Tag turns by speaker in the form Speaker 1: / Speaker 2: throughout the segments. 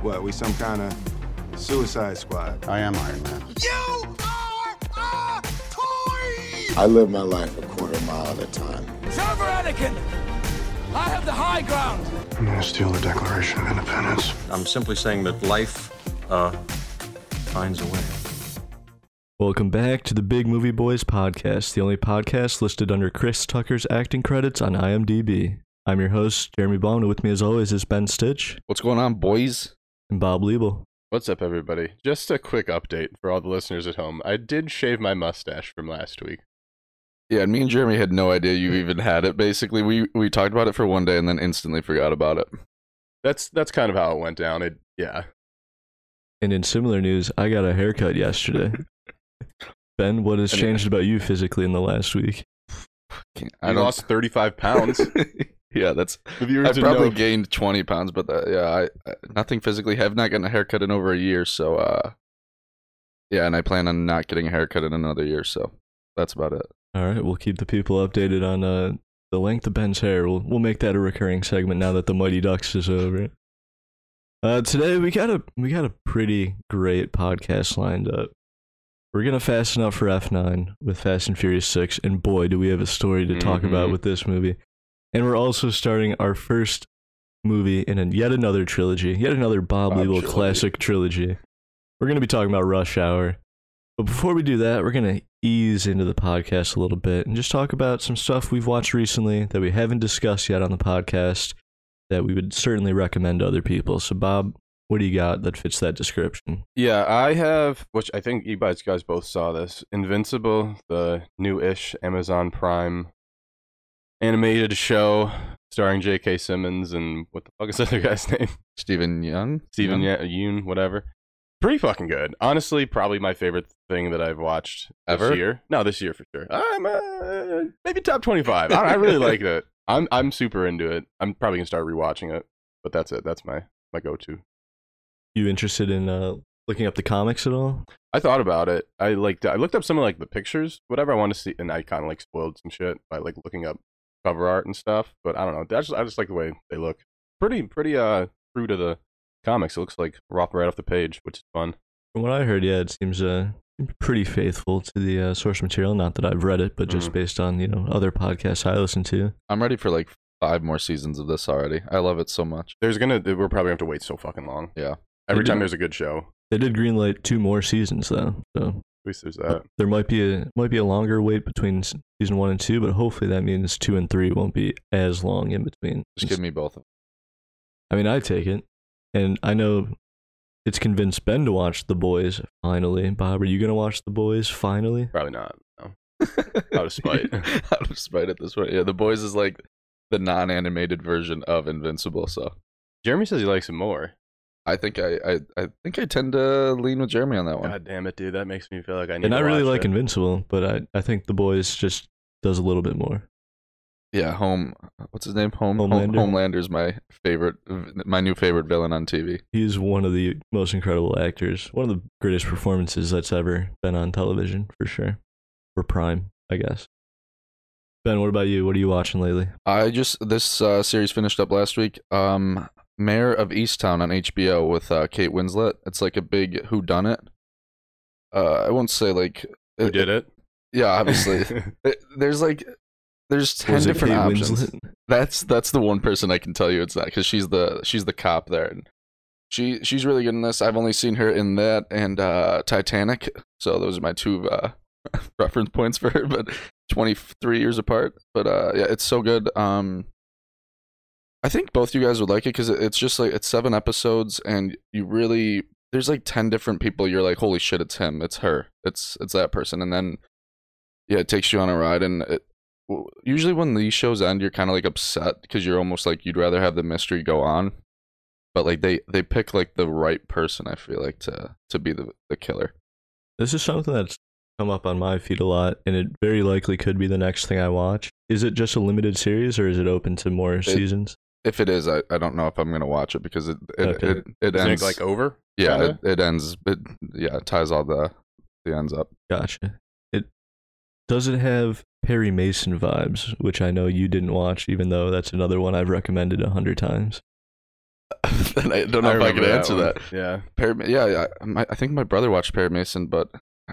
Speaker 1: What, we some kind of suicide squad?
Speaker 2: I am Iron Man.
Speaker 3: You are a toy!
Speaker 4: I live my life a quarter mile at a time.
Speaker 5: Server Anakin! I have the high ground!
Speaker 6: I'm gonna steal the Declaration of Independence.
Speaker 7: I'm simply saying that life uh, finds a way.
Speaker 8: Welcome back to the Big Movie Boys podcast, the only podcast listed under Chris Tucker's acting credits on IMDb. I'm your host, Jeremy Baum, and with me as always is Ben Stitch
Speaker 9: What's going on, boys?
Speaker 8: and Bob Liebel.
Speaker 10: What's up, everybody? Just a quick update for all the listeners at home. I did shave my mustache from last week.
Speaker 9: Yeah, and me and Jeremy had no idea you even had it. Basically, we we talked about it for one day and then instantly forgot about it.
Speaker 10: That's that's kind of how it went down. It yeah.
Speaker 8: And in similar news, I got a haircut yesterday. ben, what has
Speaker 9: And-
Speaker 8: changed about you physically in the last week?
Speaker 10: I
Speaker 9: don't-
Speaker 10: lost 35 pounds.
Speaker 9: yeah, that's.
Speaker 10: The viewers
Speaker 9: I
Speaker 10: would
Speaker 9: probably
Speaker 10: know.
Speaker 9: gained twenty pounds, but that, yeah, I, I nothing physically. Have not gotten a haircut in over a year, so uh, yeah, and I plan on not getting a haircut in another year, so that's about it.
Speaker 8: All right, we'll keep the people updated on uh, the length of Ben's hair. We'll, we'll make that a recurring segment now that the Mighty Ducks is over. Uh, today we got a we got a pretty great podcast lined up. We're gonna fast enough for F nine with Fast and Furious six, and boy, do we have a story to talk about
Speaker 10: Mhm.
Speaker 8: with this movie. And we're also starting our first movie in an, yet another trilogy, yet another Bob,
Speaker 9: Bob
Speaker 8: Liebel
Speaker 9: trilogy.
Speaker 8: classic trilogy. We're gonna be talking about Rush Hour. But before we do that, we're going to ease into the podcast a little bit and just talk about some stuff we've watched recently that we haven't discussed yet on the podcast that we would certainly recommend to other people. So, Bob, what do you got that fits that description?
Speaker 10: Yeah, I have, which I think you guys, guys both saw this Invincible, the new ish Amazon Prime animated show starring J.K. Simmons and what the fuck is the other guy's name?
Speaker 9: Stephen Young,
Speaker 10: Steven
Speaker 9: Young?
Speaker 10: yeah. Yoon, whatever. Pretty fucking good. Honestly, probably my favorite thing that I've watched
Speaker 9: Ever?
Speaker 10: this year. No, this year for sure. I'm uh, maybe top 25. I, I really like it. I'm I'm super into it. I'm probably going to start rewatching it, but that's it. That's my my go-to.
Speaker 8: You interested in uh, looking up the comics at all?
Speaker 10: I thought about it. I like I looked up some of like the pictures, whatever I want to see, and I kind of like spoiled some shit by like looking up cover art and stuff. But I don't know. That's I just like the way they look. Pretty pretty uh true to the comics. It looks like rock right off the page, which is fun.
Speaker 8: From what I heard, yeah, it seems uh, pretty faithful to the uh, source material. Not that I've read it, but just
Speaker 9: Mm.
Speaker 10: Mhm.
Speaker 8: based on you know other podcasts I listen to.
Speaker 9: I'm ready for like five more seasons of this already. I love it so much.
Speaker 10: There's gonna we're probably gonna have to wait so fucking long.
Speaker 9: Yeah.
Speaker 10: Every
Speaker 8: Maybe-
Speaker 10: time there's a good show,
Speaker 8: They did greenlight two more seasons though, so
Speaker 10: at least there's that.
Speaker 8: there might be a might be a longer wait between s- season one and two, but hopefully that means two and three won't be as long in between.
Speaker 9: Just give me both of
Speaker 8: I mean, I take it, and I know it's convinced Ben to watch The Boys finally. Bob, are you gonna watch The Boys finally?
Speaker 10: Probably not. No.
Speaker 9: them.
Speaker 10: Out of spite.
Speaker 9: Out of spite at this point. Yeah, The Boys is like the non animated version of Invincible, so
Speaker 10: Jeremy says he likes it more.
Speaker 9: I think I, I I think I tend to lean with Jeremy on that one.
Speaker 10: God damn it, dude! That makes me feel like I need.
Speaker 8: And
Speaker 10: to
Speaker 8: I really
Speaker 10: watch
Speaker 8: like
Speaker 10: it.
Speaker 8: Invincible, but I I think The Boys just does a little bit more.
Speaker 9: Yeah, home. What's his name? Home. Home-
Speaker 8: Homelander.
Speaker 9: Homelander's my favorite, my new favorite villain on TV.
Speaker 8: He's one of the most incredible actors, one of the greatest performances that's ever been on television for sure, or prime, I guess. Ben, what about you? What are you watching lately?
Speaker 9: I just this uh, series finished up last week. Um, Mayor of Easttown on HBO with uh, Kate Winslet. It's like a big who done it. Uh, I won't say like
Speaker 10: Who did it?
Speaker 9: Yeah, obviously. It- there's like there's ten
Speaker 8: Was it
Speaker 9: different
Speaker 8: Kate
Speaker 9: options.
Speaker 8: Winslet?
Speaker 9: That's that's the one person I can tell you it's not because she's the she's the cop there. And she she's really good in this. I've only seen her in that and uh, Titanic. So those are my two uh, reference points for her. But 23 years apart. But uh, yeah, it's so good. Um, I think both you guys would like it because it's just like it's seven episodes and you really there's like ten different people. You're like, holy shit, it's him, it's her, it's it's that person, and then yeah, it takes you on a ride and. It, w- Usually, when these shows end, you're kind of like upset because you're almost like you'd rather have the mystery go on, but like they they pick like the right person. I feel like to to be the the killer.
Speaker 8: This is something that's come up on my feed a lot, and it very likely could be the next thing I watch. Is it just a limited series, or is it open to more seasons?
Speaker 9: If it is, I, I don't know if I'm gonna watch it because it it
Speaker 8: Okay.
Speaker 9: it, it
Speaker 10: Isn't it
Speaker 9: ends
Speaker 10: like over?
Speaker 9: yeah
Speaker 10: kinda?
Speaker 9: it, it ends it yeah it ties all the the ends up
Speaker 8: Gotcha. It does it have Perry Mason vibes, which I know you didn't watch, even though that's another one I've recommended a hundred times.
Speaker 9: then I don't know if I
Speaker 10: remember
Speaker 9: can answer
Speaker 10: one.
Speaker 9: that.
Speaker 10: Yeah.
Speaker 9: Perry, yeah, yeah my, I think my brother watched Perry Mason, but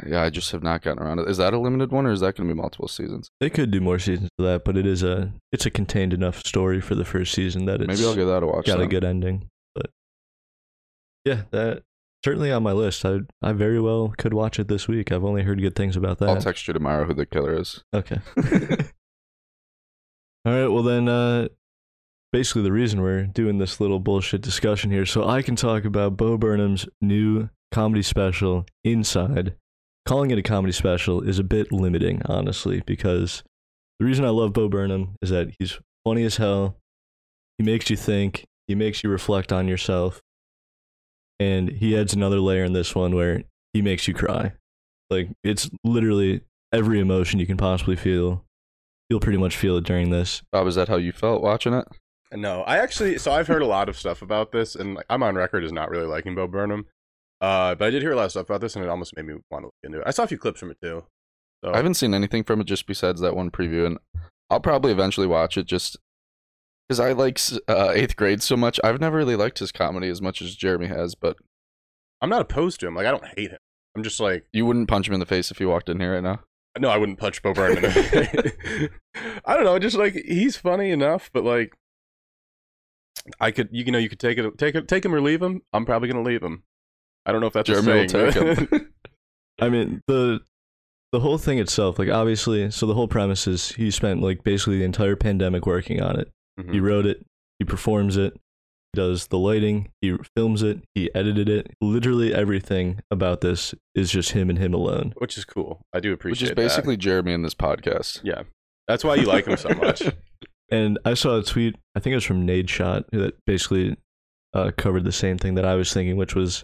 Speaker 9: yeah, I just have not gotten around to it. Is that a limited one, or is that going to be multiple seasons?
Speaker 8: They could do more seasons of that, but it is a it's a contained enough story for the first season that it's
Speaker 9: Maybe I'll give that a watch.
Speaker 8: got a
Speaker 9: then.
Speaker 8: good ending. But yeah, that certainly on my list. I I very well could watch it this week. I've only heard good things about that.
Speaker 9: I'll text you tomorrow who the killer is.
Speaker 8: Okay. All right. Well, then, uh, basically, the reason we're doing this little bullshit discussion here, so I can talk about Bo Burnham's new comedy special, Inside. Calling it a comedy special is a bit limiting, honestly, because the reason I love Bo Burnham is that he's funny as hell. He makes you think, he makes you reflect on yourself. And he adds another layer in this one where he makes you cry. Like, it's literally every emotion you can possibly feel. You'll pretty much feel it during this.
Speaker 9: Bob, Oh, is that how you felt watching it?
Speaker 10: No, I actually. So I've heard a lot of stuff about this, and like, I'm on record as not really liking Bo Burnham. Uh, but I did hear a lot of stuff about this, and it almost made me want to look into it. I saw a few clips from it too. So
Speaker 9: I haven't seen anything from it just besides that one preview, and I'll probably eventually watch it just because I like s- uh, Eighth Grade so much. I've never really liked his comedy as much as Jeremy has, but
Speaker 10: I'm not opposed to him. Like I don't hate him. I'm just like
Speaker 9: you wouldn't punch him in the face if he walked in here right now.
Speaker 10: no, I wouldn't punch Bo Burnham. in the- I don't know. Just like he's funny enough, but like I could, you know, you could take it, take it, take him or leave him. I'm probably gonna leave him. I don't know if that's a
Speaker 9: Jeremy will
Speaker 10: saying,
Speaker 9: take
Speaker 10: but-
Speaker 8: I mean the the whole thing itself, like obviously, so the whole premise is he spent like basically the entire pandemic working on it. He
Speaker 10: Mhm.
Speaker 8: wrote it, he performs it, he does the lighting, he films it, he edited it. Literally everything about this is just him and him alone.
Speaker 10: Which is cool. I do appreciate.
Speaker 9: Which is
Speaker 10: that.
Speaker 9: basically Jeremy in this podcast.
Speaker 10: yeah. That's why you like him so much.
Speaker 8: And I saw a tweet, I think it was from Nade Shot, that basically uh, covered the same thing that I was thinking, which was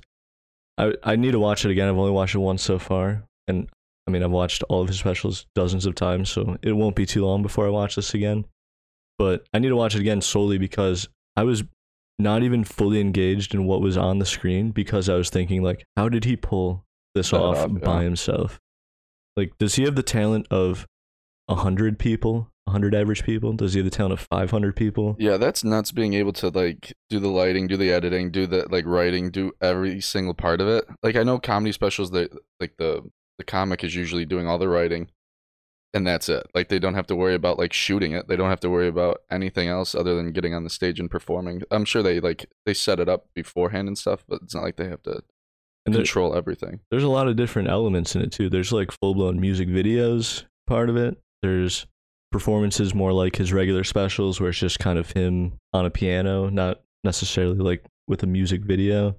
Speaker 8: I, I need to watch it again. I've only watched it once so far. And I mean, I've watched all of his specials dozens of times, so it won't be too long before I watch this again. But I need to watch it again solely because I was not even fully engaged in what was on the screen because I was thinking, like, how did he pull this
Speaker 9: Set it
Speaker 8: off
Speaker 9: up, yeah.
Speaker 8: by himself? Like, does he have the talent of 100 people, 100 average people? Does he have the talent of 500 people?
Speaker 9: Yeah, that's nuts being able to like do the lighting, do the editing, do the like writing, do every single part of it. Like I know comedy specials that like the the comic is usually doing all the writing and that's it. Like they don't have to worry about like shooting it. They don't have to worry about anything else other than getting on the stage and performing. I'm sure they like they set it up beforehand and stuff, but it's not like they have to
Speaker 8: And there-
Speaker 9: control everything.
Speaker 8: there's a lot of different elements in it too. There's like full blown music videos part of it. There's performances more like his regular specials where it's just kind of him on a piano, not necessarily like with a music video.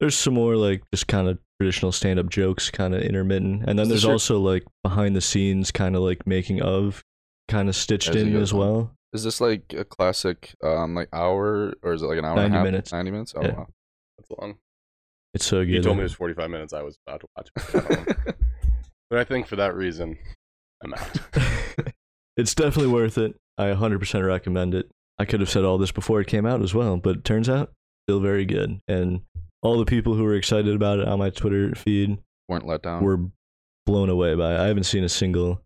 Speaker 8: There's some more like just kind of traditional stand up jokes kind of intermittent. And then
Speaker 9: Is
Speaker 8: there's
Speaker 9: this your-
Speaker 8: also like behind the scenes kind of like making of kind of stitched
Speaker 9: As it
Speaker 8: in
Speaker 9: goes
Speaker 8: as
Speaker 9: on.
Speaker 8: well.
Speaker 9: Is this like a classic um like hour or is it like an hour
Speaker 8: 90
Speaker 9: and a half?
Speaker 8: minutes.
Speaker 9: 90 minutes? Oh
Speaker 8: Yeah.
Speaker 9: wow.
Speaker 10: That's long.
Speaker 8: It's so good.
Speaker 10: You told me it was 45 minutes. I was about to watch it. I don't know. but I think for that reason, I'm out.
Speaker 8: it's definitely worth it. I 100% recommend it. I could have said all this before it came out as well, but it turns out still very good. And all the people who were excited about it on my Twitter feed
Speaker 9: Weren't let down.
Speaker 8: were blown away by it. I haven't seen a single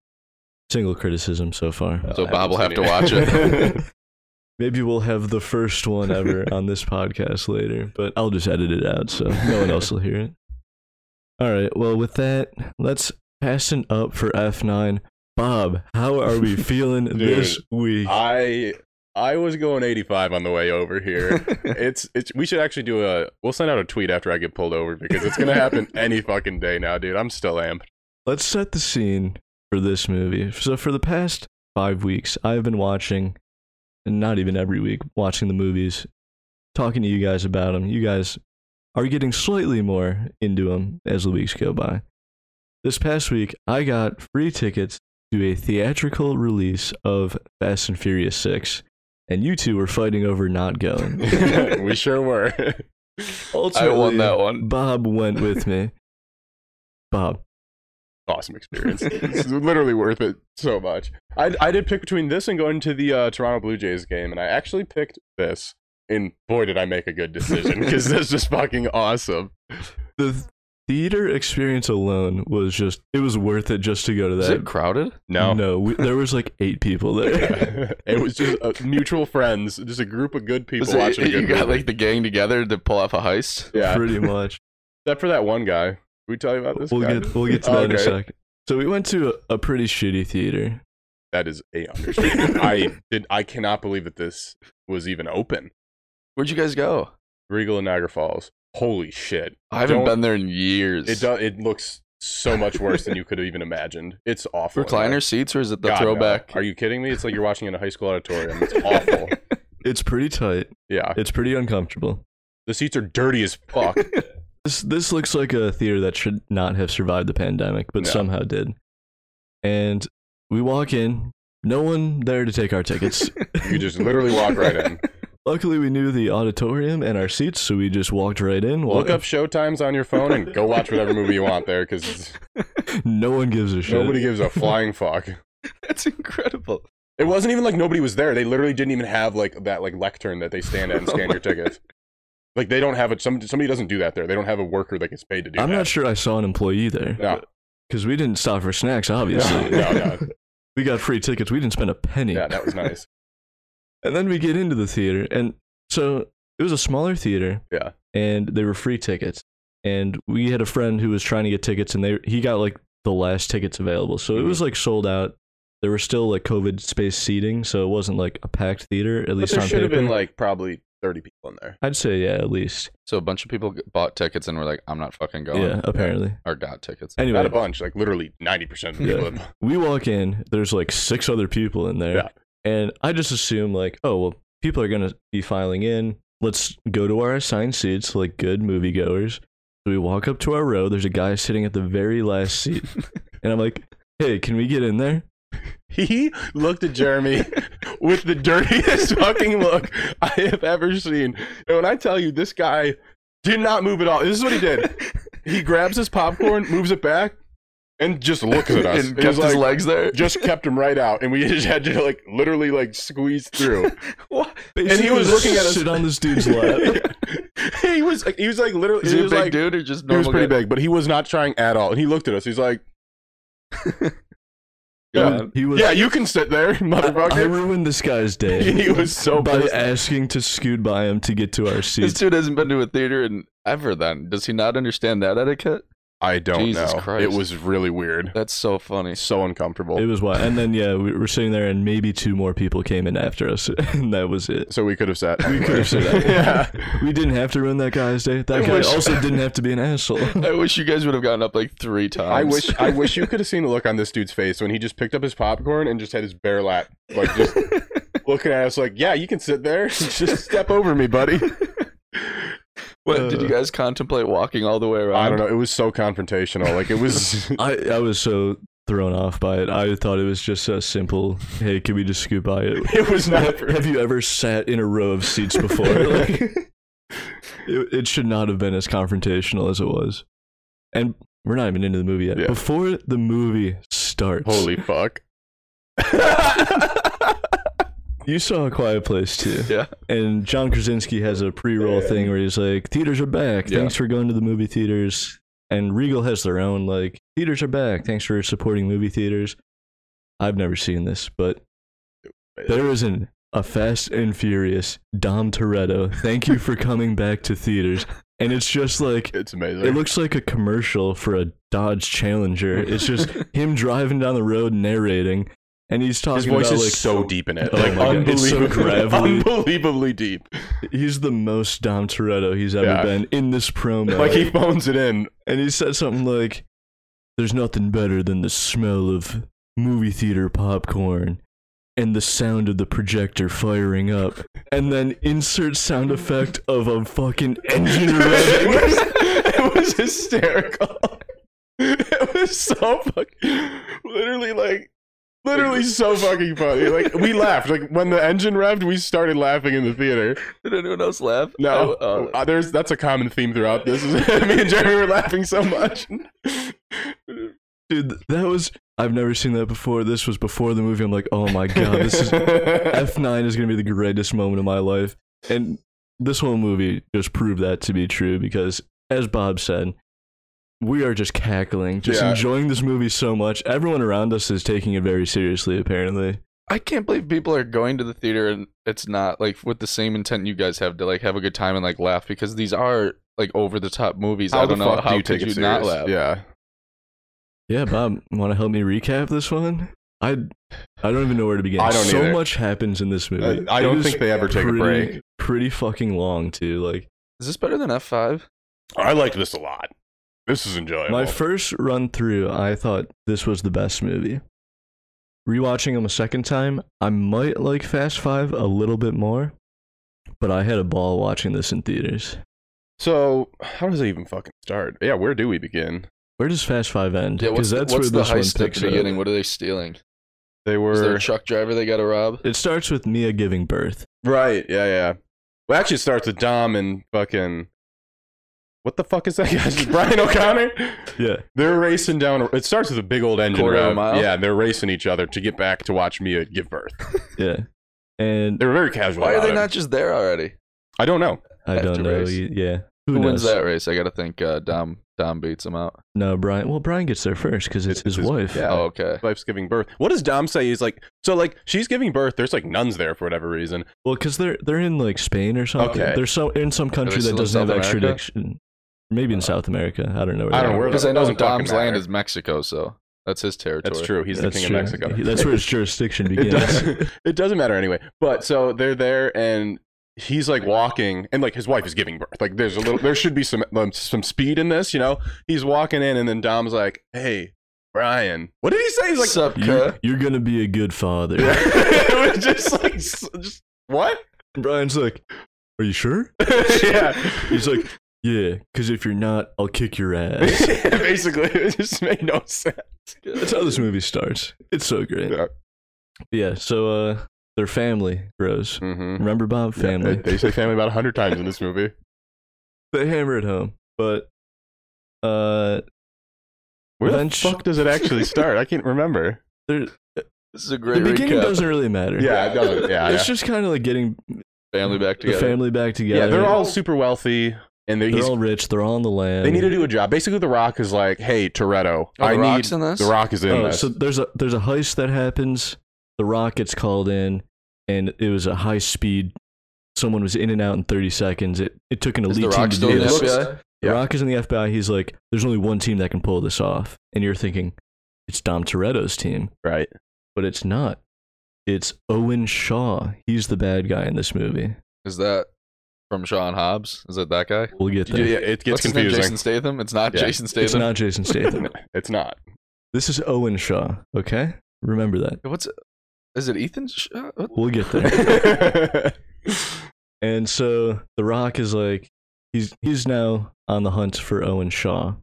Speaker 8: single criticism so far.
Speaker 9: so
Speaker 10: I
Speaker 9: Bob will have
Speaker 10: haven't
Speaker 9: to watch
Speaker 10: seen
Speaker 9: it.
Speaker 8: Maybe we'll have the first one ever on this podcast later, but I'll just edit it out so no one else will hear it. All right. Well, with that, let's pass it up for F9. Bob, how are we feeling this week?
Speaker 10: I I was going 85 on the way over here. It's it's we should actually do a we'll send out a tweet after I get pulled over because it's gonna happen any fucking day now, dude. I'm still amped.
Speaker 8: let's set the scene for this movie. So for the past five weeks, I've been watching, and not even every week, watching the movies, talking to you guys about them. You guys are getting slightly more into them as the weeks go by. This past week, I got free tickets to a theatrical release of Fast and Furious 6, and you two were fighting over not going.
Speaker 10: we sure were.
Speaker 9: I
Speaker 8: Ultimately,
Speaker 9: won that one.
Speaker 8: Bob went with me. Bob,
Speaker 10: awesome experience. It's literally worth it so much. I I did pick between this and going to the uh, Toronto Blue Jays game, and I actually picked this. And boy, did I make a good decision because this is fucking awesome.
Speaker 8: the theater experience alone was just it was worth it just to go to
Speaker 9: Is
Speaker 8: that.
Speaker 9: it crowded?
Speaker 10: No.
Speaker 8: no, we, there was like eight people there.
Speaker 10: it was just uh, mutual friends, just a group of good people
Speaker 9: Was it-
Speaker 10: watching a
Speaker 9: you
Speaker 10: good
Speaker 9: got
Speaker 10: movie.
Speaker 9: like the gang together to pull off a heist.
Speaker 10: yeah,
Speaker 8: Pretty much.
Speaker 10: except for that one guy. Did we tell you about this
Speaker 8: we'll
Speaker 10: guy? Oh,
Speaker 8: get we'll get to that in a
Speaker 10: Okay.
Speaker 8: second. So we went to a, a pretty shitty theater.
Speaker 10: That is a understatement. I did. I cannot believe that this was even open.
Speaker 9: Where'd you guys go?
Speaker 10: Regal and Niagara Falls. Holy shit!
Speaker 9: I haven't
Speaker 10: Don't-
Speaker 9: been there in years.
Speaker 10: It does. It looks so much worse than you could have even imagined. It's awful. in there.
Speaker 9: Recliner seats or is it the
Speaker 10: God, no.
Speaker 9: throwback?
Speaker 10: Are you kidding me? It's like you're watching in a high school auditorium. It's awful.
Speaker 8: It's pretty tight.
Speaker 10: yeah,
Speaker 8: It's pretty uncomfortable.
Speaker 10: the seats are dirty as fuck.
Speaker 8: This this looks like a theater that should not have survived the pandemic, but
Speaker 10: No.
Speaker 8: somehow did. And we walk in, no one there to take our tickets.
Speaker 10: You just literally walk right in.
Speaker 8: Luckily, we knew the auditorium and our seats, so we just walked right in.
Speaker 10: Look
Speaker 8: walked-
Speaker 10: up showtimes on your phone and go watch whatever movie you want there because
Speaker 8: No one gives a shit.
Speaker 10: nobody gives a flying fuck.
Speaker 9: That's incredible.
Speaker 10: It wasn't even like nobody was there. They literally didn't even have like that like lectern that they stand at and scan your tickets. Like they don't have it. Some somebody doesn't do that there. They don't have a worker that gets paid to do
Speaker 8: I'm
Speaker 10: that.
Speaker 8: not sure I saw an employee there.
Speaker 10: No.
Speaker 8: Because we didn't stop for snacks,
Speaker 10: No,
Speaker 8: obviously.
Speaker 10: no, no.
Speaker 8: We got free tickets. We didn't spend a penny.
Speaker 10: Yeah, that was nice.
Speaker 8: And then we get into the theater, and so it was a smaller theater.
Speaker 10: Yeah.
Speaker 8: And they were free tickets, and we had a friend who was trying to get tickets, and they he got like the last tickets available, so it was
Speaker 10: Mm-hmm.
Speaker 8: like sold out. There were still like COVID space seating, so it wasn't like a packed theater. At
Speaker 10: But
Speaker 8: least
Speaker 10: there
Speaker 8: on
Speaker 10: should
Speaker 8: paper,
Speaker 10: have been like probably thirty people in there.
Speaker 8: I'd say yeah, at least
Speaker 9: So a bunch of people g- bought tickets and were like, "I'm not fucking going."
Speaker 8: yeah, apparently.
Speaker 9: Or got tickets.
Speaker 10: Not
Speaker 8: Anyway,
Speaker 10: a bunch. Like literally ninety percent of the people. that-
Speaker 8: we walk in. There's like six other people in there,
Speaker 10: Yeah.
Speaker 8: and I just assume like, oh well, people are gonna be filing in. Let's go to our assigned seats, like good moviegoers. So we walk up to our row. There's a guy sitting at the very last seat, and I'm like, hey, can we get in there?
Speaker 10: He looked at Jeremy with the dirtiest fucking look I have ever seen. And when I tell you, this guy did not move at all. This is what he did. He grabs his popcorn, moves it back, and just looks at us.
Speaker 9: and
Speaker 10: It was
Speaker 9: kept
Speaker 10: like-
Speaker 9: his legs there.
Speaker 10: Just kept him right out, and we just had to like literally like squeeze through. And he was
Speaker 8: Basically,
Speaker 10: looking at us-
Speaker 8: sit on this dude's lap.
Speaker 10: he was he was like literally
Speaker 9: Is
Speaker 10: he
Speaker 9: he a
Speaker 10: was
Speaker 9: big
Speaker 10: like,
Speaker 9: dude or just
Speaker 10: He
Speaker 9: normal?
Speaker 10: was pretty
Speaker 9: guy?
Speaker 10: big, but he was not trying at all. And he looked at us. He's like, yeah,
Speaker 8: He was.
Speaker 10: yeah, you can sit there,
Speaker 8: I
Speaker 10: motherfucker.
Speaker 8: ruined this guy's day
Speaker 10: he was so
Speaker 8: by
Speaker 10: pissed.
Speaker 8: asking to scoot by him to get to our
Speaker 9: This
Speaker 8: seats.
Speaker 9: dude hasn't been to a theater in ever. Then does he not understand that etiquette?
Speaker 10: I don't
Speaker 9: Jesus
Speaker 10: know.
Speaker 9: Christ.
Speaker 10: It was really weird.
Speaker 9: That's so funny.
Speaker 10: So uncomfortable.
Speaker 8: It was wild. And then yeah, we were sitting there, and maybe two more people came in after us, and that was it.
Speaker 10: so we could have sat. We
Speaker 8: could have sat
Speaker 10: yeah.
Speaker 8: We didn't have to ruin that guy's day. That
Speaker 9: I
Speaker 8: guy
Speaker 9: wish-
Speaker 8: also didn't have to be an asshole.
Speaker 9: I wish you guys would have gotten up like three times.
Speaker 8: Um,
Speaker 10: I wish I wish you could have seen the look on this dude's face when he just picked up his popcorn and just had his bare lap, like just looking at us, like, "Yeah, you can sit there. Just step over me, buddy."
Speaker 9: What, did you guys contemplate walking all the way around?
Speaker 10: uh, I don't know. It was so confrontational. Like it was.
Speaker 8: I, I was so thrown off by it. I thought it was just a simple, hey, can we just scoot by it?
Speaker 10: It was not.
Speaker 8: Have you ever sat in a row of seats before? Like, it, it should not have been as confrontational as it was. And we're not even into the movie yet.
Speaker 10: Yeah.
Speaker 8: Before the movie starts,
Speaker 10: Holy fuck!
Speaker 8: you saw A Quiet Place too.
Speaker 9: Yeah.
Speaker 8: And John Krasinski has a pre-roll thing where he's like, "Theaters are back.
Speaker 9: Yeah.
Speaker 8: Thanks for going to the movie theaters." And Regal has their own like, "Theaters are back. Thanks for supporting movie theaters." I've never seen this, but there is an a Fast and Furious Dom Toretto. Thank you for coming back to theaters. And it's just like
Speaker 10: It's amazing.
Speaker 8: it looks like a commercial for a Dodge Challenger. It's just him driving down the road narrating, and he's talking
Speaker 10: His voice
Speaker 8: about
Speaker 10: is
Speaker 8: like
Speaker 10: so deep in it,
Speaker 8: Oh
Speaker 10: like
Speaker 8: my God, it's so
Speaker 10: unbelievably,
Speaker 8: gravelly.
Speaker 10: unbelievably deep.
Speaker 8: He's the most Dom Toretto he's ever
Speaker 10: Yeah.
Speaker 8: been in this promo.
Speaker 10: Like he phones it in.
Speaker 8: and he said something like, "There's nothing better than the smell of movie theater popcorn." And the sound of the projector firing up, and then insert sound effect of a fucking engine revving.
Speaker 10: it, was, it was hysterical. It was so fucking, literally like, literally so fucking funny. Like we laughed. Like when the engine revved, we started laughing in the theater.
Speaker 9: Did anyone else laugh?
Speaker 10: No,
Speaker 9: I- uh,
Speaker 10: uh, there's that's a common theme throughout this. Is me and Jeremy were laughing so much.
Speaker 8: Dude, th- that was I've never seen that before. This was before the movie. I'm like, oh my god, this is F9 is gonna be the greatest moment of my life. And this whole movie just proved that to be true because as Bob said, we are just cackling, just
Speaker 10: Yeah.
Speaker 8: enjoying this movie so much. Everyone around us is taking it very seriously, apparently.
Speaker 9: I can't believe people are going to the theater and it's not like with the same intent you guys have to like have a good time and like laugh because these are like over the top movies. I don't know how could you not laugh.
Speaker 10: Yeah.
Speaker 8: Yeah, Bob, want to help me recap this one? I I don't even know where to begin.
Speaker 10: I don't
Speaker 8: so
Speaker 10: either.
Speaker 8: much happens in this
Speaker 10: I,
Speaker 8: movie.
Speaker 10: I
Speaker 8: It
Speaker 10: don't
Speaker 8: is
Speaker 10: think they ever take
Speaker 8: pretty,
Speaker 10: a break.
Speaker 8: Pretty fucking long too. Like
Speaker 9: Is this better than F five?
Speaker 10: I like this a lot. This is enjoyable.
Speaker 8: my first run through, I thought this was the best movie. Rewatching them a second time, I might like Fast Five a little bit more, but I had a ball watching this in theaters.
Speaker 10: so how does it even fucking start? Yeah, where do we begin?
Speaker 8: Where does Fast Five end?
Speaker 9: Yeah,
Speaker 8: Because
Speaker 9: what's, the-
Speaker 8: that's
Speaker 9: what's
Speaker 8: where
Speaker 9: the
Speaker 8: this one
Speaker 9: heist at
Speaker 8: picks
Speaker 9: the
Speaker 8: up.
Speaker 9: beginning? What are they stealing?
Speaker 10: They
Speaker 9: Is there
Speaker 10: were
Speaker 9: a truck driver they got to rob?
Speaker 8: It starts with Mia giving birth.
Speaker 10: right. Yeah, yeah. Well, actually, it starts with Dom and fucking. What the fuck is that guy? Brian O'Connor.
Speaker 8: Yeah.
Speaker 10: They're racing down. It starts with a big old engine
Speaker 9: Quarter of a
Speaker 10: rev.
Speaker 9: mile?
Speaker 10: Yeah, they're racing each other to get back to watch Mia give birth.
Speaker 8: Yeah. And
Speaker 10: They were very casual.
Speaker 9: Why are
Speaker 10: about
Speaker 9: they
Speaker 10: it.
Speaker 9: not just there already?
Speaker 10: I don't know.
Speaker 8: I
Speaker 9: After
Speaker 8: don't know.
Speaker 9: race.
Speaker 8: y- Yeah.
Speaker 9: Who, wins
Speaker 8: knows?
Speaker 9: that race? I got to think uh, Dom Dom beats him out.
Speaker 8: No, Brian. Well, Brian gets there first because it's
Speaker 10: It-
Speaker 8: his
Speaker 10: it's-
Speaker 8: wife.
Speaker 10: yeah.
Speaker 9: Oh, okay.
Speaker 10: Wife's giving birth. What does Dom say? He's like, so like she's giving birth. There's like nuns there for whatever reason.
Speaker 8: Well, because they're they're in like Spain or something.
Speaker 10: Okay.
Speaker 8: They're so in some country
Speaker 9: still
Speaker 8: that
Speaker 9: in
Speaker 8: doesn't have
Speaker 9: South America?
Speaker 8: extradition. Maybe
Speaker 10: Oh.
Speaker 8: in South America. I don't know. Where
Speaker 10: I
Speaker 8: they
Speaker 10: don't know
Speaker 8: are.
Speaker 10: where
Speaker 9: Because I know
Speaker 10: Doesn't fucking
Speaker 9: Dom's land
Speaker 10: matter.
Speaker 9: is Mexico, so that's his territory.
Speaker 10: That's true. He's
Speaker 8: That's
Speaker 10: the king
Speaker 8: true.
Speaker 10: of Mexico.
Speaker 8: He- That's where his jurisdiction
Speaker 10: it, does,
Speaker 8: begins.
Speaker 10: it doesn't matter anyway. But so they're there and he's like walking and like his wife is giving birth. Like there's a little there should be some um, some speed in this, you know. He's walking in and then Dom's like, "Hey, Brian." What did he say? He's like
Speaker 9: What's up,
Speaker 8: you're,
Speaker 9: cuh?
Speaker 8: you're gonna be a good father.
Speaker 10: it was just like s- just what?
Speaker 8: Brian's like, "Are you sure?"
Speaker 10: yeah.
Speaker 8: He's like, "Yeah, because if you're not, I'll kick your ass."
Speaker 10: Basically, it just made no sense.
Speaker 8: That's how this movie starts. It's so great.
Speaker 10: Yeah.
Speaker 8: Yeah, so uh, their family grows.
Speaker 10: Mm-hmm.
Speaker 8: Remember Bob family?
Speaker 10: they say family about 100 times in this movie.
Speaker 8: they hammer it home, but uh,
Speaker 10: Where
Speaker 8: Lynch-
Speaker 10: the fuck does it actually start? I can't remember.
Speaker 8: there,
Speaker 9: uh, This is a
Speaker 8: the
Speaker 9: great
Speaker 8: beginning
Speaker 9: recap.
Speaker 8: doesn't really matter.
Speaker 10: Yeah, it doesn't. Yeah,
Speaker 8: it's just kind of like getting
Speaker 9: family back
Speaker 8: the
Speaker 9: together.
Speaker 8: family back together.
Speaker 10: yeah. They're all super wealthy, and they
Speaker 8: they're
Speaker 10: he's,
Speaker 8: all rich. They're all on the land.
Speaker 10: they need to do a job. Basically, The Rock is like, "Hey, Toretto,
Speaker 9: Oh, The
Speaker 10: I
Speaker 9: Rock's
Speaker 10: need
Speaker 9: in this?
Speaker 10: The Rock is in
Speaker 8: Oh,
Speaker 10: this."
Speaker 8: so there's a there's a heist that happens. The rock gets called in, and it was a high speed. Someone was in and out in 30 seconds. It it took an
Speaker 9: Is
Speaker 8: elite
Speaker 9: the
Speaker 8: team
Speaker 9: Rock
Speaker 8: to
Speaker 9: still
Speaker 8: do
Speaker 9: in the
Speaker 8: this.
Speaker 9: FBI?
Speaker 8: The
Speaker 10: Yeah.
Speaker 8: Rock is in the FBI. He's like, there's only one team that can pull this off, and you're thinking, it's Dom Toretto's team.
Speaker 10: right.
Speaker 8: but it's not. It's Owen Shaw. He's the bad guy in this movie.
Speaker 9: Is that from Sean Hobbs? Is it that guy?
Speaker 8: We'll get
Speaker 10: Yeah,
Speaker 8: there.
Speaker 10: yeah, it gets
Speaker 9: What's his name,
Speaker 10: confusing.
Speaker 9: Jason Statham? It's not
Speaker 10: Yeah.
Speaker 9: Jason Statham.
Speaker 8: It's not Jason Statham.
Speaker 10: No, it's not.
Speaker 8: this is Owen Shaw, okay? Remember that.
Speaker 9: What's is it Ethan? Sh- uh, what-
Speaker 8: We'll get there. and so The Rock is like he's he's now on the hunt for Owen Shaw.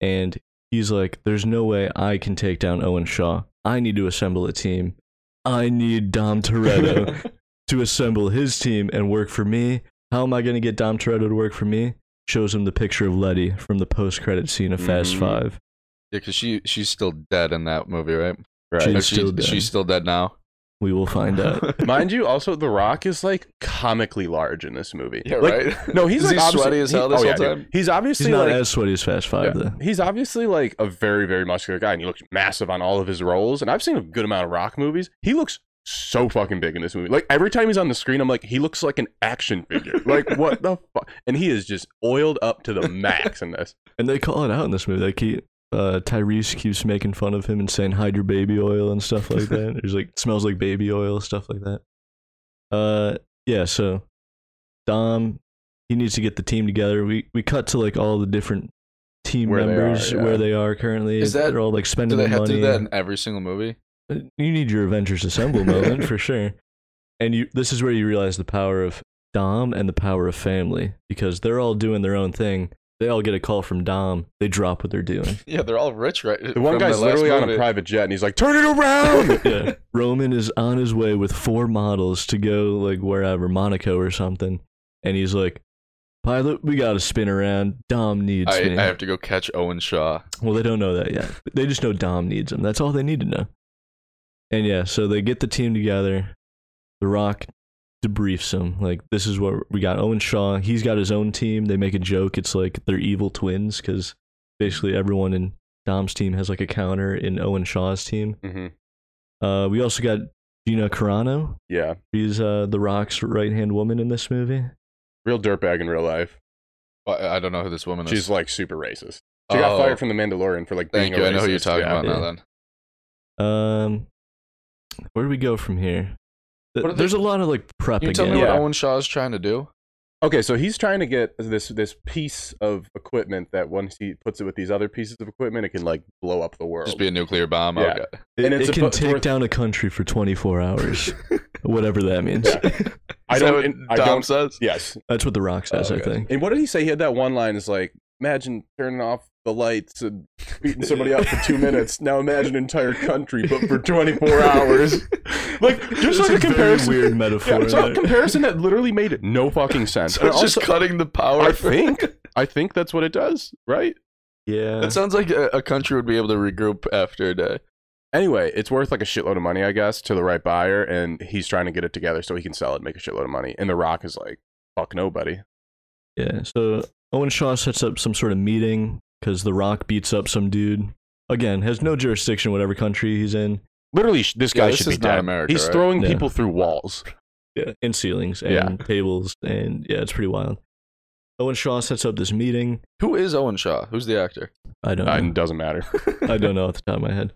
Speaker 8: And he's like there's no way I can take down Owen Shaw. I need to assemble a team. I need Dom Toretto. to assemble his team and work for me. How am I going to get Dom Toretto to work for me? Shows him the picture of Letty from the post-credit scene of Fast
Speaker 10: Mhm.
Speaker 8: Five.
Speaker 9: Yeah, because she she's still dead in that movie, right?
Speaker 10: right.
Speaker 8: She's
Speaker 9: Or she-
Speaker 8: still dead.
Speaker 9: She's still dead now.
Speaker 8: We will find out.
Speaker 10: Mind you, also The Rock is like comically large in this movie.
Speaker 9: Yeah,
Speaker 10: Like,
Speaker 9: right.
Speaker 10: No, he's
Speaker 9: Is
Speaker 10: like
Speaker 9: he
Speaker 10: obviously-
Speaker 9: sweaty as
Speaker 10: he-
Speaker 9: hell this
Speaker 10: oh,
Speaker 9: whole
Speaker 10: yeah, dude.
Speaker 9: time?
Speaker 10: He's obviously
Speaker 8: He's not
Speaker 10: like
Speaker 8: as sweaty as Fast Five,
Speaker 10: Yeah.
Speaker 8: though.
Speaker 10: He's obviously like a very, very muscular guy, and he looks massive on all of his roles. And I've seen a good amount of rock movies. He looks so fucking big in this movie. Like every time he's on the screen, I'm like, he looks like an action figure. Like what the fuck? And he is just oiled up to the max in this.
Speaker 8: And they call it out in this movie. They keep uh, Tyrese keeps making fun of him and saying hide your baby oil and stuff like that. He's like smells like baby oil, stuff like that. Uh, yeah. So Dom, he needs to get the team together. We we cut to like all the different team
Speaker 10: Where they are,
Speaker 8: members
Speaker 10: yeah.
Speaker 8: where they are currently.
Speaker 9: Is that-
Speaker 8: they're all like
Speaker 9: Do
Speaker 8: spending
Speaker 9: they
Speaker 8: their
Speaker 9: have to
Speaker 8: money.
Speaker 9: do that in every single movie?
Speaker 8: you need your Avengers Assemble moment for sure. And you, this is where you realize the power of Dom and the power of family because they're all doing their own thing. They all get a call from Dom. They drop what they're doing.
Speaker 9: Yeah, they're all rich, right?
Speaker 10: The one guy's literally on a private jet, and he's like, "Turn it around."
Speaker 8: yeah. Roman is on his way with four models to go like wherever, Monaco or something. And he's like, Pilot, we gotta spin around. Dom needs
Speaker 9: I,
Speaker 8: me.
Speaker 9: I have to go catch Owen Shaw.
Speaker 8: Well, they don't know that yet. But They just know Dom needs him. That's all they need to know. And yeah, so they get the team together. The Rock debriefs him. Like, this is what we got. Owen Shaw, he's got his own team. They make a joke. It's like they're evil twins because basically everyone in Dom's team has like a counter in Owen Shaw's team.
Speaker 10: Mm-hmm.
Speaker 8: Uh, we also got Gina Carano.
Speaker 10: Yeah,
Speaker 8: She's uh, The Rock's right hand woman in this movie.
Speaker 10: real dirtbag in real life.
Speaker 9: Well, I I don't know who this woman is.
Speaker 10: She's like super racist. She got
Speaker 9: Oh.
Speaker 10: fired from The Mandalorian for like being
Speaker 9: Thank
Speaker 10: a
Speaker 9: you.
Speaker 10: racist.
Speaker 9: I know who you're talking
Speaker 10: yeah.
Speaker 9: about now. Then
Speaker 8: Um, where do we go from here? Th-
Speaker 9: What are
Speaker 8: There's
Speaker 9: they-
Speaker 8: a lot of like
Speaker 9: Can you
Speaker 8: propaganda.
Speaker 9: tell me
Speaker 10: Yeah.
Speaker 9: what Owen Shaw is trying to do.
Speaker 10: Okay, so he's trying to get this this piece of equipment that once he puts it with these other pieces of equipment, it can like blow up the world.
Speaker 9: Just be a nuclear bomb.
Speaker 10: Yeah.
Speaker 9: Okay.
Speaker 8: It,
Speaker 10: and it's
Speaker 8: it can
Speaker 10: suppo-
Speaker 8: take
Speaker 10: worth-
Speaker 8: down a country for 24 hours, whatever that means.
Speaker 10: I
Speaker 9: Is that
Speaker 10: don't.
Speaker 9: what
Speaker 10: in- I
Speaker 9: Dom
Speaker 10: don't.
Speaker 9: says.
Speaker 10: Yes.
Speaker 8: That's what The Rock
Speaker 10: Oh,
Speaker 8: says,
Speaker 9: Okay.
Speaker 8: I think.
Speaker 10: And what did he say? He had that one line is like, imagine turning off the lights and beating somebody up for two minutes. Now imagine an entire country, but for 24 hours. Like,
Speaker 8: It's
Speaker 10: just like a, comparison.
Speaker 8: Very weird metaphor.
Speaker 10: Yeah, it's a
Speaker 8: there.
Speaker 10: comparison that literally made no fucking sense.
Speaker 9: So
Speaker 10: And
Speaker 9: it's
Speaker 10: also,
Speaker 9: just cutting the power.
Speaker 10: I think I think that's what it does, right?
Speaker 8: yeah.
Speaker 9: It sounds like a, a country would be able to regroup after a day.
Speaker 10: Anyway, it's worth like a shitload of money, I guess, to the right buyer, and he's trying to get it together so he can sell it, and make a shitload of money. And The Rock is like, fuck nobody.
Speaker 8: Yeah. So Owen Shaw sets up some sort of meeting because The Rock beats up some dude. Again, has no jurisdiction whatever country he's in.
Speaker 10: Literally, sh- this
Speaker 9: Yeah,
Speaker 10: guy
Speaker 9: this
Speaker 10: should
Speaker 9: is
Speaker 10: be
Speaker 9: not
Speaker 10: dead.
Speaker 9: America,
Speaker 10: he's
Speaker 9: right?
Speaker 10: throwing
Speaker 8: Yeah.
Speaker 10: people through walls.
Speaker 8: Yeah. And ceilings and
Speaker 10: Yeah.
Speaker 8: tables and yeah, it's pretty wild. Owen Shaw sets up this meeting.
Speaker 9: Who is Owen Shaw? Who's the actor?
Speaker 8: I don't
Speaker 10: Uh,
Speaker 8: know.
Speaker 10: it doesn't matter.
Speaker 8: I don't know off the top of my head.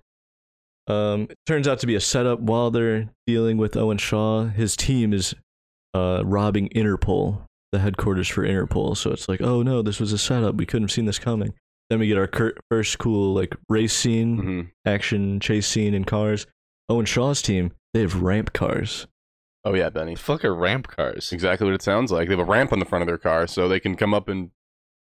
Speaker 8: Um, it turns out to be a setup while they're dealing with Owen Shaw. His team is uh, robbing Interpol, the headquarters for Interpol. So it's like, oh no, this was a setup. We couldn't have seen this coming. Then we get our cur- first cool like race scene,
Speaker 9: Mm-hmm.
Speaker 10: hmm
Speaker 8: action chase scene in cars. Owen Shaw's team, they have ramp cars.
Speaker 10: Oh yeah, Benny.
Speaker 9: Fuck are ramp
Speaker 10: It's
Speaker 9: cars.
Speaker 10: exactly what it sounds like. They have a ramp on the front of their car, so they can come up and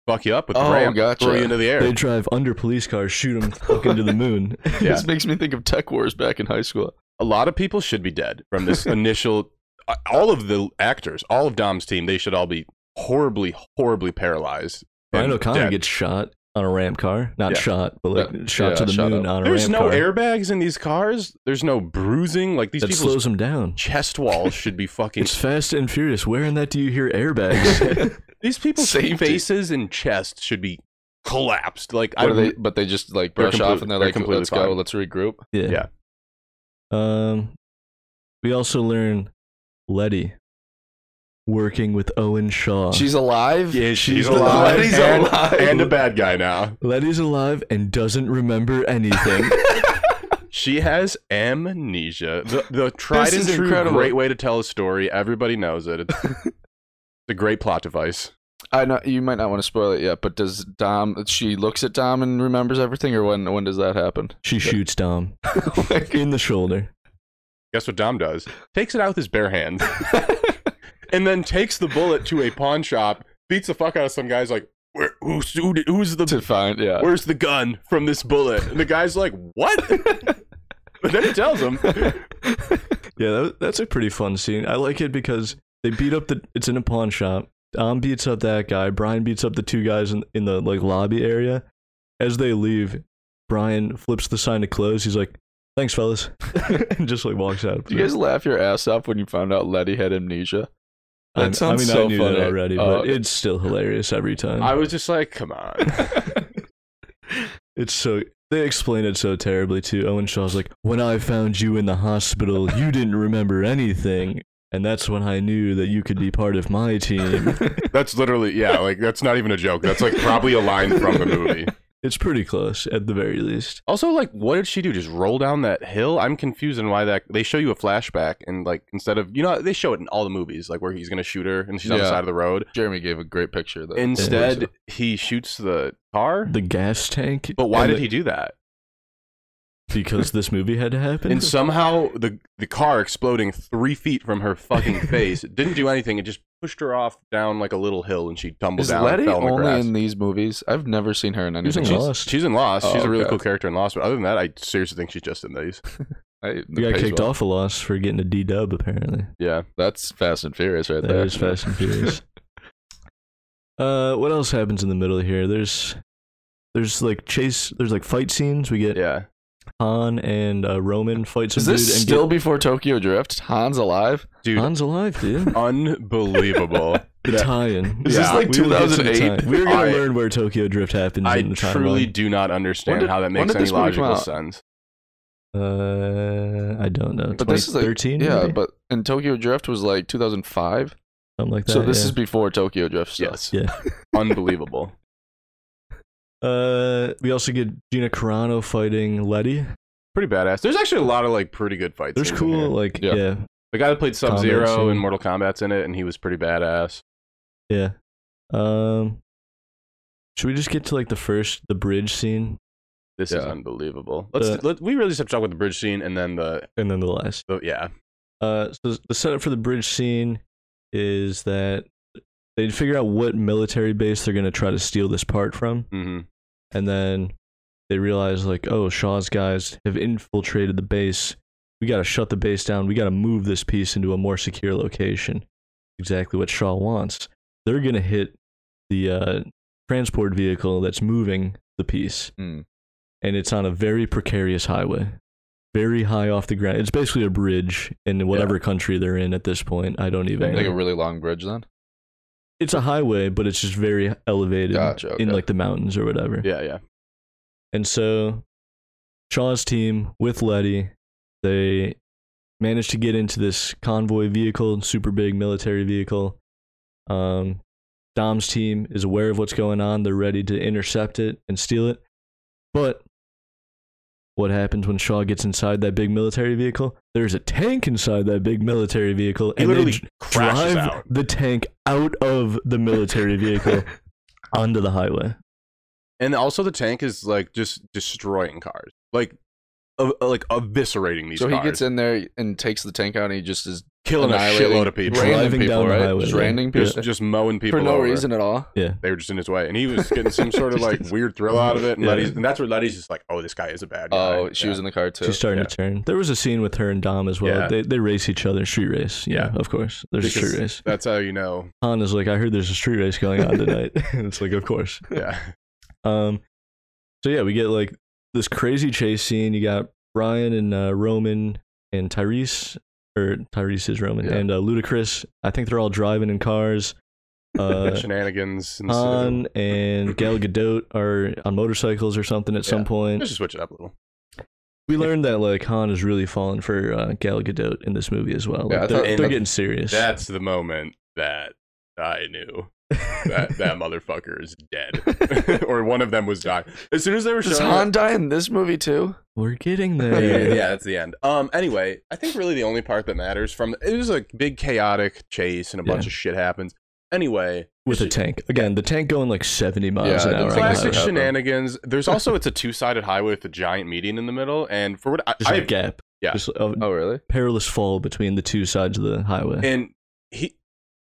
Speaker 10: fuck you up with the
Speaker 9: Oh,
Speaker 10: ramp,
Speaker 9: gotcha.
Speaker 10: throw you into the air.
Speaker 8: They drive under police cars, shoot them fucking to the moon.
Speaker 10: Yeah.
Speaker 9: This makes me think of Tech Wars back in high school.
Speaker 10: a lot of people should be dead from this initial. uh, All of the actors, all of Dom's team, they should all be horribly, horribly paralyzed.
Speaker 8: Ryan
Speaker 10: and
Speaker 8: O'Connor
Speaker 10: dead.
Speaker 8: gets shot on a ramp car. Not
Speaker 10: Yeah.
Speaker 8: shot, but like
Speaker 9: Yeah,
Speaker 8: shot to the
Speaker 9: shot
Speaker 8: moon
Speaker 9: up.
Speaker 8: on a
Speaker 10: There's
Speaker 8: ramp
Speaker 10: no
Speaker 8: car.
Speaker 10: airbags in these cars. There's no bruising. Like these
Speaker 8: that
Speaker 10: people's
Speaker 8: slows them down.
Speaker 10: chest walls should be fucking.
Speaker 8: It's Fast and Furious. Where in that do you hear airbags?
Speaker 10: these people's
Speaker 9: Safety.
Speaker 10: faces and chests should be collapsed. Like
Speaker 9: What
Speaker 10: I
Speaker 9: are they? But they just like
Speaker 10: They're
Speaker 9: brush off
Speaker 10: complete-
Speaker 9: and they're
Speaker 10: they're
Speaker 9: like,
Speaker 10: completely
Speaker 9: "Let's go,
Speaker 10: fine.
Speaker 9: let's regroup."
Speaker 10: Yeah.
Speaker 8: Um, we also learn Letty working with Owen Shaw.
Speaker 9: She's alive.
Speaker 10: Yeah, she's,
Speaker 9: alive.
Speaker 10: alive.
Speaker 9: He's
Speaker 10: and,
Speaker 9: alive.
Speaker 10: and a bad guy now.
Speaker 8: Letty's alive and doesn't remember anything.
Speaker 10: She has amnesia. The, the tried and
Speaker 9: is
Speaker 10: true
Speaker 9: incredible.
Speaker 10: great way to tell a story. Everybody knows it. It's, it's a great plot device.
Speaker 9: I know you might not want to spoil it yet, but does Dom? She looks at Dom and remembers everything, or when? When does that happen?
Speaker 8: she shoots Dom
Speaker 9: Like,
Speaker 8: in the shoulder.
Speaker 10: Guess what Dom does? Takes it out with his bare hands. and then takes the bullet to a pawn shop, beats the fuck out of some guys like, Where, who's, who, did- who's the
Speaker 9: to find, yeah.
Speaker 10: where's the gun from this bullet? And the guy's like, what? but then he tells him,
Speaker 8: Yeah, that, that's a pretty fun scene. I like it because they beat up the. It's in a pawn shop. Dom beats up that guy. Brian beats up the two guys in, in the like lobby area. As they leave, Brian flips the sign to close. He's like, "Thanks, fellas," and just like walks out.
Speaker 9: Did you guys laugh your ass off when you found out Letty had amnesia?
Speaker 8: I-
Speaker 9: That sounds
Speaker 8: I mean,
Speaker 9: so
Speaker 8: I knew
Speaker 9: funny.
Speaker 8: that already,
Speaker 9: Oh,
Speaker 8: but
Speaker 9: okay.
Speaker 8: it's still hilarious every time.
Speaker 10: I was just like, come on.
Speaker 8: it's so they explain it so terribly too. Owen Shaw's like, "When I found you in the hospital, you didn't remember anything." And that's when I knew that you could be part of my team.
Speaker 10: That's literally, yeah, like, that's not even a joke. That's like probably a line from the movie.
Speaker 8: it's pretty close, at the very least.
Speaker 10: Also, like, what did she do? Just roll down that hill? I'm confused on why that they show you a flashback and like instead of you know they show it in all the movies like where he's gonna shoot her and she's on the
Speaker 9: Yeah.
Speaker 10: side of the road.
Speaker 9: Jeremy gave a great picture. Though.
Speaker 10: Instead, he shoots the car.
Speaker 8: the gas tank.
Speaker 10: but why
Speaker 8: and
Speaker 10: did
Speaker 8: the-
Speaker 10: he do that?
Speaker 8: Because this movie had to happen.
Speaker 10: And somehow the the car exploding three feet from her fucking face didn't do anything. It just pushed her off down like a little hill and she tumbled
Speaker 9: is
Speaker 10: down.
Speaker 9: Letty
Speaker 10: and fell in the
Speaker 9: only
Speaker 10: grass.
Speaker 9: in these movies? I've never seen her in
Speaker 8: He's
Speaker 9: anything.
Speaker 8: in
Speaker 9: else.
Speaker 8: Lost.
Speaker 10: She's in Lost.
Speaker 9: Oh,
Speaker 10: she's a really
Speaker 9: okay.
Speaker 10: cool character in Lost. But other than that, I seriously think she's just in these.
Speaker 9: I,
Speaker 8: He got kicked off a loss for getting a D dub. Apparently,
Speaker 10: Yeah.
Speaker 9: That's Fast and Furious right there.
Speaker 8: that is Fast and Furious. uh, what else happens in the middle here? There's, there's like chase. There's like fight scenes. We get
Speaker 10: Yeah.
Speaker 8: Han and uh, Roman fight some
Speaker 9: Is
Speaker 8: dude
Speaker 9: this
Speaker 8: and
Speaker 9: still before Tokyo Drift? Han's alive?
Speaker 8: get,
Speaker 10: dude.
Speaker 8: Han's alive, dude.
Speaker 10: Unbelievable.
Speaker 8: The tie-in.
Speaker 9: Is
Speaker 10: Oh, Yeah.
Speaker 9: this like
Speaker 8: We will get to the
Speaker 9: 2008?
Speaker 8: tie-in. We were gonna
Speaker 10: I-
Speaker 8: learn where Tokyo Drift happens
Speaker 10: I
Speaker 8: in the
Speaker 10: truly
Speaker 8: timeline.
Speaker 10: do not understand
Speaker 9: When did-
Speaker 10: how that
Speaker 9: when
Speaker 10: makes
Speaker 9: did
Speaker 10: any
Speaker 9: this movie come
Speaker 10: logical
Speaker 9: out?
Speaker 10: sense.
Speaker 8: Uh, I don't know.
Speaker 9: But this is like,
Speaker 8: 2013,
Speaker 9: yeah,
Speaker 8: maybe?
Speaker 9: but and Tokyo Drift was like 2005.
Speaker 8: something like that.
Speaker 9: so this
Speaker 8: yeah.
Speaker 9: is before Tokyo Drift. Stuff.
Speaker 10: Yes.
Speaker 8: Yeah.
Speaker 10: Unbelievable.
Speaker 8: Uh, we also get Gina Carano fighting Letty.
Speaker 10: Pretty badass. There's actually a lot of like pretty good fights.
Speaker 8: There's cool, like
Speaker 9: Yeah.
Speaker 8: yeah,
Speaker 10: The guy that played Sub Zero
Speaker 8: scene.
Speaker 10: in Mortal Kombat's in it, and he was pretty badass.
Speaker 8: yeah. Um, should we just get to like the first the bridge scene
Speaker 10: This is
Speaker 9: Yeah.
Speaker 10: unbelievable. Let's
Speaker 8: The-
Speaker 10: let, we really just have to talk about the bridge scene and then the,
Speaker 8: and then the last?
Speaker 10: the yeah.
Speaker 8: Uh, so the setup for the bridge scene is that they figure out what military base they're gonna try to steal this part from,
Speaker 10: hmm
Speaker 8: and then they realize like, oh, Shaw's guys have infiltrated the base. We gotta shut the base down. We gotta move this piece into a more secure location. Exactly what Shaw wants. They're gonna hit the uh, transport vehicle that's moving the piece,
Speaker 9: Hmm.
Speaker 8: and it's on a very precarious highway, very high off the ground. It's basically a bridge in whatever country they're in at this point. I don't even.
Speaker 9: Like
Speaker 8: know.
Speaker 9: a really long bridge then.
Speaker 8: it's a highway, but it's just very elevated
Speaker 9: Gotcha,
Speaker 8: in
Speaker 9: okay.
Speaker 8: like the mountains or whatever.
Speaker 10: Yeah, yeah.
Speaker 8: And so Shaw's team with Letty, they managed to get into this convoy vehicle, super big military vehicle. Um, Dom's team is aware of what's going on. They're ready to intercept it and steal it. But what happens when Shaw gets inside that big military vehicle? There's a tank inside that big military vehicle,
Speaker 10: He
Speaker 8: and they
Speaker 10: literally
Speaker 8: dr-
Speaker 10: crashes
Speaker 8: drive
Speaker 10: out.
Speaker 8: the tank out of the military vehicle onto the highway.
Speaker 10: And also the tank is like just destroying cars, like uh, like eviscerating these
Speaker 9: so
Speaker 10: cars,
Speaker 9: he gets in there and takes the tank out, and he just is
Speaker 10: killing a
Speaker 9: annihilating-
Speaker 10: shitload of people,
Speaker 9: Random
Speaker 8: Driving
Speaker 9: people,
Speaker 8: down the
Speaker 9: right?
Speaker 8: highway,
Speaker 9: Just
Speaker 8: yeah.
Speaker 9: random
Speaker 10: just
Speaker 9: people
Speaker 10: just mowing people
Speaker 9: for no
Speaker 10: over.
Speaker 9: reason at all.
Speaker 8: Yeah.
Speaker 10: They were just in his way, and he was getting some sort of
Speaker 9: Just
Speaker 10: like
Speaker 9: his-
Speaker 10: weird thrill out of it. And
Speaker 8: Yeah.
Speaker 10: Letty's, and that's where Letty's just like, "Oh, this guy is a bad guy."
Speaker 9: Oh, she
Speaker 10: Yeah.
Speaker 9: was in the car too.
Speaker 8: She's starting to turn. There was a scene with her and Dom as well.
Speaker 10: Yeah.
Speaker 8: They they race each other, street race. Yeah,
Speaker 10: Yeah.
Speaker 8: of course. There's a
Speaker 10: Because
Speaker 8: street race.
Speaker 10: That's how you know.
Speaker 8: Han is like, I heard there's a street race going on tonight. And it's like, of course.
Speaker 10: Yeah,
Speaker 8: Um, so yeah, we get like this crazy chase scene. You got Brian and uh, Roman and Tyrese, or Tyrese is Roman
Speaker 9: Yeah.
Speaker 8: and uh, Ludacris. I think they're all driving in cars. Uh, um,
Speaker 10: shenanigans. And uh,
Speaker 8: Han and Gal Gadot are on motorcycles or something at some
Speaker 10: Yeah.
Speaker 8: point.
Speaker 10: Let's just switch it up a little.
Speaker 8: We learned that like Han is really falling for uh, Gal Gadot in this movie as well. Like,
Speaker 9: Yeah, I
Speaker 8: they're,
Speaker 9: thought-
Speaker 8: they're
Speaker 9: that-
Speaker 8: getting serious.
Speaker 10: That's the moment that I knew that that motherfucker is dead, or one of them was dying. As soon as they were
Speaker 9: Does
Speaker 10: showing
Speaker 9: Han die in this movie too?
Speaker 8: We're getting
Speaker 10: Yeah,
Speaker 8: there.
Speaker 10: yeah, yeah, that's the end. Um. Anyway, I think really the only part that matters from it was a big chaotic chase and a bunch
Speaker 8: Yeah.
Speaker 10: of shit happens. Anyway,
Speaker 8: With a
Speaker 10: it's-
Speaker 8: tank. Again, the tank going like 70 miles
Speaker 9: Yeah,
Speaker 8: an
Speaker 9: the
Speaker 8: hour. on
Speaker 9: tank
Speaker 8: the
Speaker 10: classic
Speaker 8: highway.
Speaker 9: that happened.
Speaker 10: shenanigans. There's also it's a two sided highway with a giant median in the middle, and for what I,
Speaker 8: Just
Speaker 10: I
Speaker 8: a gap.
Speaker 10: Yeah.
Speaker 8: Just a
Speaker 9: Oh, really?
Speaker 8: perilous fall between the two sides of the highway.
Speaker 10: and he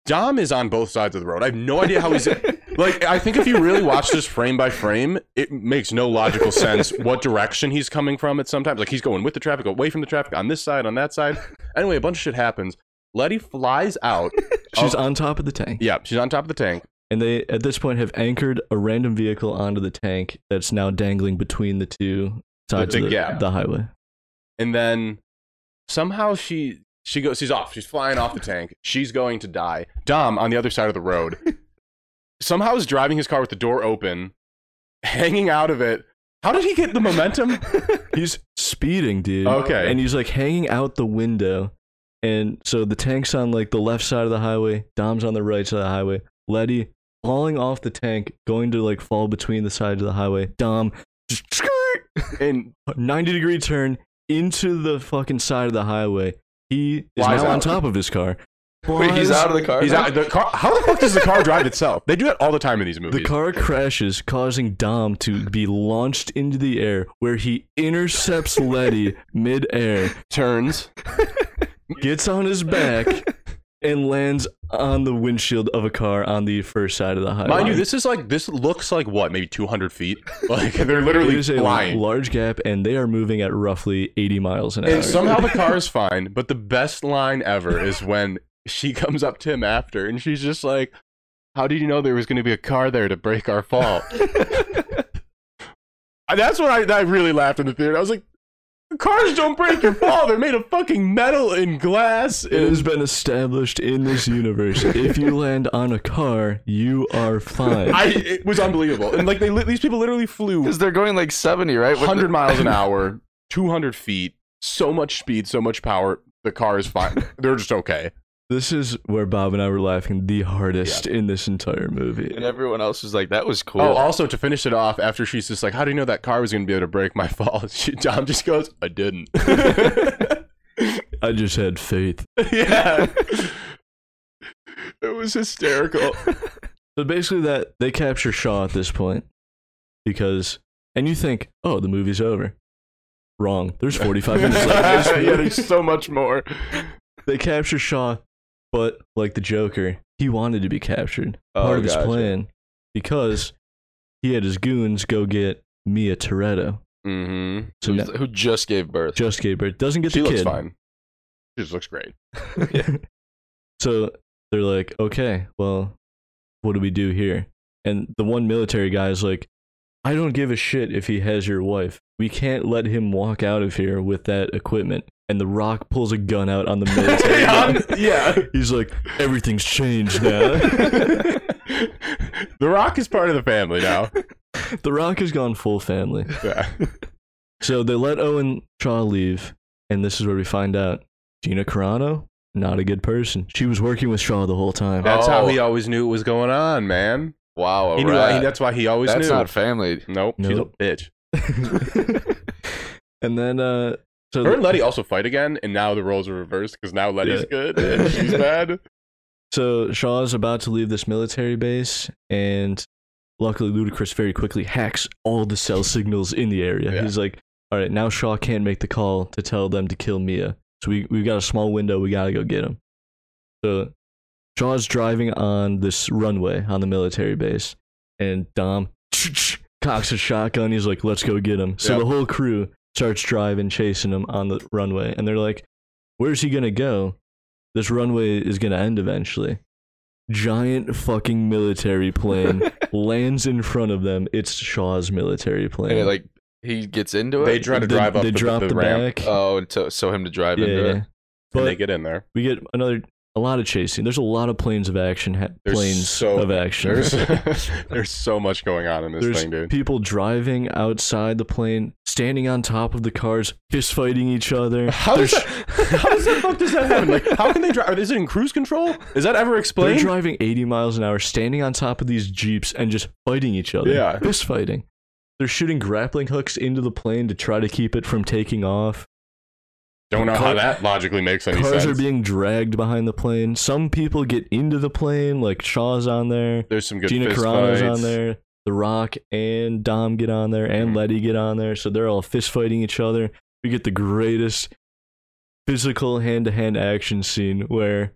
Speaker 10: Dom is on both sides of the road. I have no idea how he's like. I think if you really watch this frame by frame, it makes no logical sense what direction he's coming from. At sometimes, like he's going with the traffic, away from the traffic, on this side, on that side. Anyway, a bunch of shit happens. Letty flies out.
Speaker 8: She's
Speaker 10: Oh.
Speaker 8: on top of the tank.
Speaker 10: Yeah, she's on top of the tank.
Speaker 8: And they, at this point, have anchored a random vehicle onto the tank that's now dangling between the two sides
Speaker 10: big
Speaker 8: of the,
Speaker 10: gap.
Speaker 8: the highway.
Speaker 10: and then somehow she she goes she's off she's flying off the tank she's going to die dom on the other side of the road somehow is driving his car with the door open hanging out of it how did he get the momentum
Speaker 8: He's speeding, dude.
Speaker 10: Okay.
Speaker 8: And he's like hanging out the window. And so the tank's on like the left side of the highway, Dom's on the right side of the highway, Letty falling off the tank, going to like fall between the sides of the highway, Dom just skirt,
Speaker 10: and
Speaker 8: 90 degree turn into the fucking side of the highway. He is
Speaker 10: Flies
Speaker 8: now on
Speaker 10: out.
Speaker 8: top of his car.
Speaker 9: Wait, he's
Speaker 8: Flies-
Speaker 9: out of the car.
Speaker 10: he's
Speaker 9: now?
Speaker 10: out the car how the fuck does the car drive itself they do that all the time in these movies
Speaker 8: The car crashes, causing Dom to be launched into the air, where he intercepts Letty midair,
Speaker 10: turns
Speaker 8: gets on his back and lands on the windshield of a car on the first side of the highway.
Speaker 10: mind you this is like this looks like what maybe 200 feet like they're
Speaker 8: It
Speaker 10: literally
Speaker 8: is a
Speaker 10: flying
Speaker 8: large gap, and they are moving at roughly 80 miles an hour.
Speaker 10: And somehow the car is fine, but the best line ever is when she comes up to him after and she's just like, How did you know there was going to be a car there to break our fall? And That's when I, I really laughed in the theater. I was like, Cars don't break and fall. They're made of fucking metal and glass.
Speaker 8: It
Speaker 10: And
Speaker 8: has been established in this universe. if you land on a car, you are fine.
Speaker 10: I, it was unbelievable. And like they, li- these people literally flew
Speaker 9: Because they're going like 70, right? With the-
Speaker 10: 100 miles an hour, 200 feet, so much speed, so much power. The car is fine. They're just okay.
Speaker 8: this is where Bob and I were laughing the hardest in this entire movie.
Speaker 7: And everyone else was like, that was cool.
Speaker 10: Oh, also to finish it off, after she's just like, "How do you know that car was going to be able to break my fall?" She, Dom just goes, "I didn't."
Speaker 8: I just had faith.
Speaker 10: yeah, it was hysterical.
Speaker 8: So basically, that they capture Shaw at this point because, and you think, oh, the movie's over. Wrong. There's 45 minutes left.
Speaker 10: yeah, there's so much more.
Speaker 8: They capture Shaw, but like the Joker, he wanted to be captured.
Speaker 10: Oh,
Speaker 8: Part of his
Speaker 10: gotcha.
Speaker 8: plan because he had his goons go get Mia Toretto.
Speaker 10: Mm-hmm.
Speaker 8: So now-
Speaker 9: who just gave birth.
Speaker 8: just gave birth. Doesn't get
Speaker 10: She
Speaker 8: the
Speaker 10: looks
Speaker 8: kid.
Speaker 10: fine. She just looks great.
Speaker 8: So they're like, okay, well, what do we do here? And the one military guy is like, I don't give a shit if he has your wife. We can't let him walk out of here with that equipment. And The Rock pulls a gun out on the military. guy.
Speaker 10: yeah.
Speaker 8: He's like, everything's changed now.
Speaker 10: the Rock is part of the family now.
Speaker 8: the Rock has gone full family.
Speaker 10: Yeah.
Speaker 8: So they let Owen Shaw leave, and this is where we find out Gina Carano, not a good person. She was working with Shaw the whole time.
Speaker 10: That's how
Speaker 9: Oh.
Speaker 10: he always knew what was going on, man.
Speaker 9: Wow, a
Speaker 10: He knew
Speaker 9: rat.
Speaker 10: that's why he always
Speaker 9: That's
Speaker 10: knew.
Speaker 9: not family.
Speaker 10: nope,
Speaker 8: Nope.
Speaker 10: she's a bitch.
Speaker 8: and then, uh, so
Speaker 10: Her and Letty also fight again, and now the roles are reversed because now Letty's
Speaker 8: Yeah.
Speaker 10: good and she's bad.
Speaker 8: So Shaw's about to leave this military base, and luckily Ludacris very quickly hacks all the cell signals in the area.
Speaker 10: Yeah.
Speaker 8: He's like, "All right, now Shaw can't make the call to tell them to kill Mia. So we we've got a small window. We gotta go get him." So Shaw's driving on this runway on the military base, and Dom cocks a shotgun. He's like, "Let's go get him." So
Speaker 10: Yep.
Speaker 8: the whole crew starts driving, chasing him on the runway, and they're like, "Where's he gonna go?" this runway is going to end eventually. Giant fucking military plane lands in front of them. It's Shaw's military plane.
Speaker 9: And it, like he gets into it.
Speaker 10: They try to
Speaker 8: They-
Speaker 10: drive up
Speaker 8: they
Speaker 10: the,
Speaker 8: drop
Speaker 10: the,
Speaker 8: the
Speaker 10: ramp,
Speaker 8: back.
Speaker 9: Oh, and to, so him to drive
Speaker 8: yeah,
Speaker 9: into
Speaker 8: yeah.
Speaker 9: it.
Speaker 8: But
Speaker 10: and they get in there.
Speaker 8: we get another a lot of chasing. There's a lot of planes of action. Ha-
Speaker 10: There's
Speaker 8: planes
Speaker 10: so-
Speaker 8: of action.
Speaker 10: There's, there's so much going on in this
Speaker 8: There's
Speaker 10: thing, dude.
Speaker 8: people driving outside the plane, standing on top of the cars, fist fighting each other.
Speaker 10: How
Speaker 8: There's-
Speaker 10: does, that, how does the fuck does that happen? Like, how can they drive? Is it in cruise control? Is that ever
Speaker 8: They're
Speaker 10: explained?
Speaker 8: driving 80 miles an hour, standing on top of these jeeps and just fighting each other.
Speaker 10: Yeah.
Speaker 8: Fist fighting. They're shooting grappling hooks into the plane to try to keep it from taking off.
Speaker 10: Don't know
Speaker 8: Car-
Speaker 10: how that logically makes any
Speaker 8: Cars
Speaker 10: sense.
Speaker 8: are being dragged behind the plane. Some people get into the plane, like Shaw's on there,
Speaker 10: there's some good
Speaker 8: Gina
Speaker 10: fist
Speaker 8: Carano's
Speaker 10: fights.
Speaker 8: on there, The Rock and Dom get on there, and
Speaker 10: Mhm.
Speaker 8: Letty get on there. So they're all fist fighting each other. We get the greatest physical hand to hand action scene where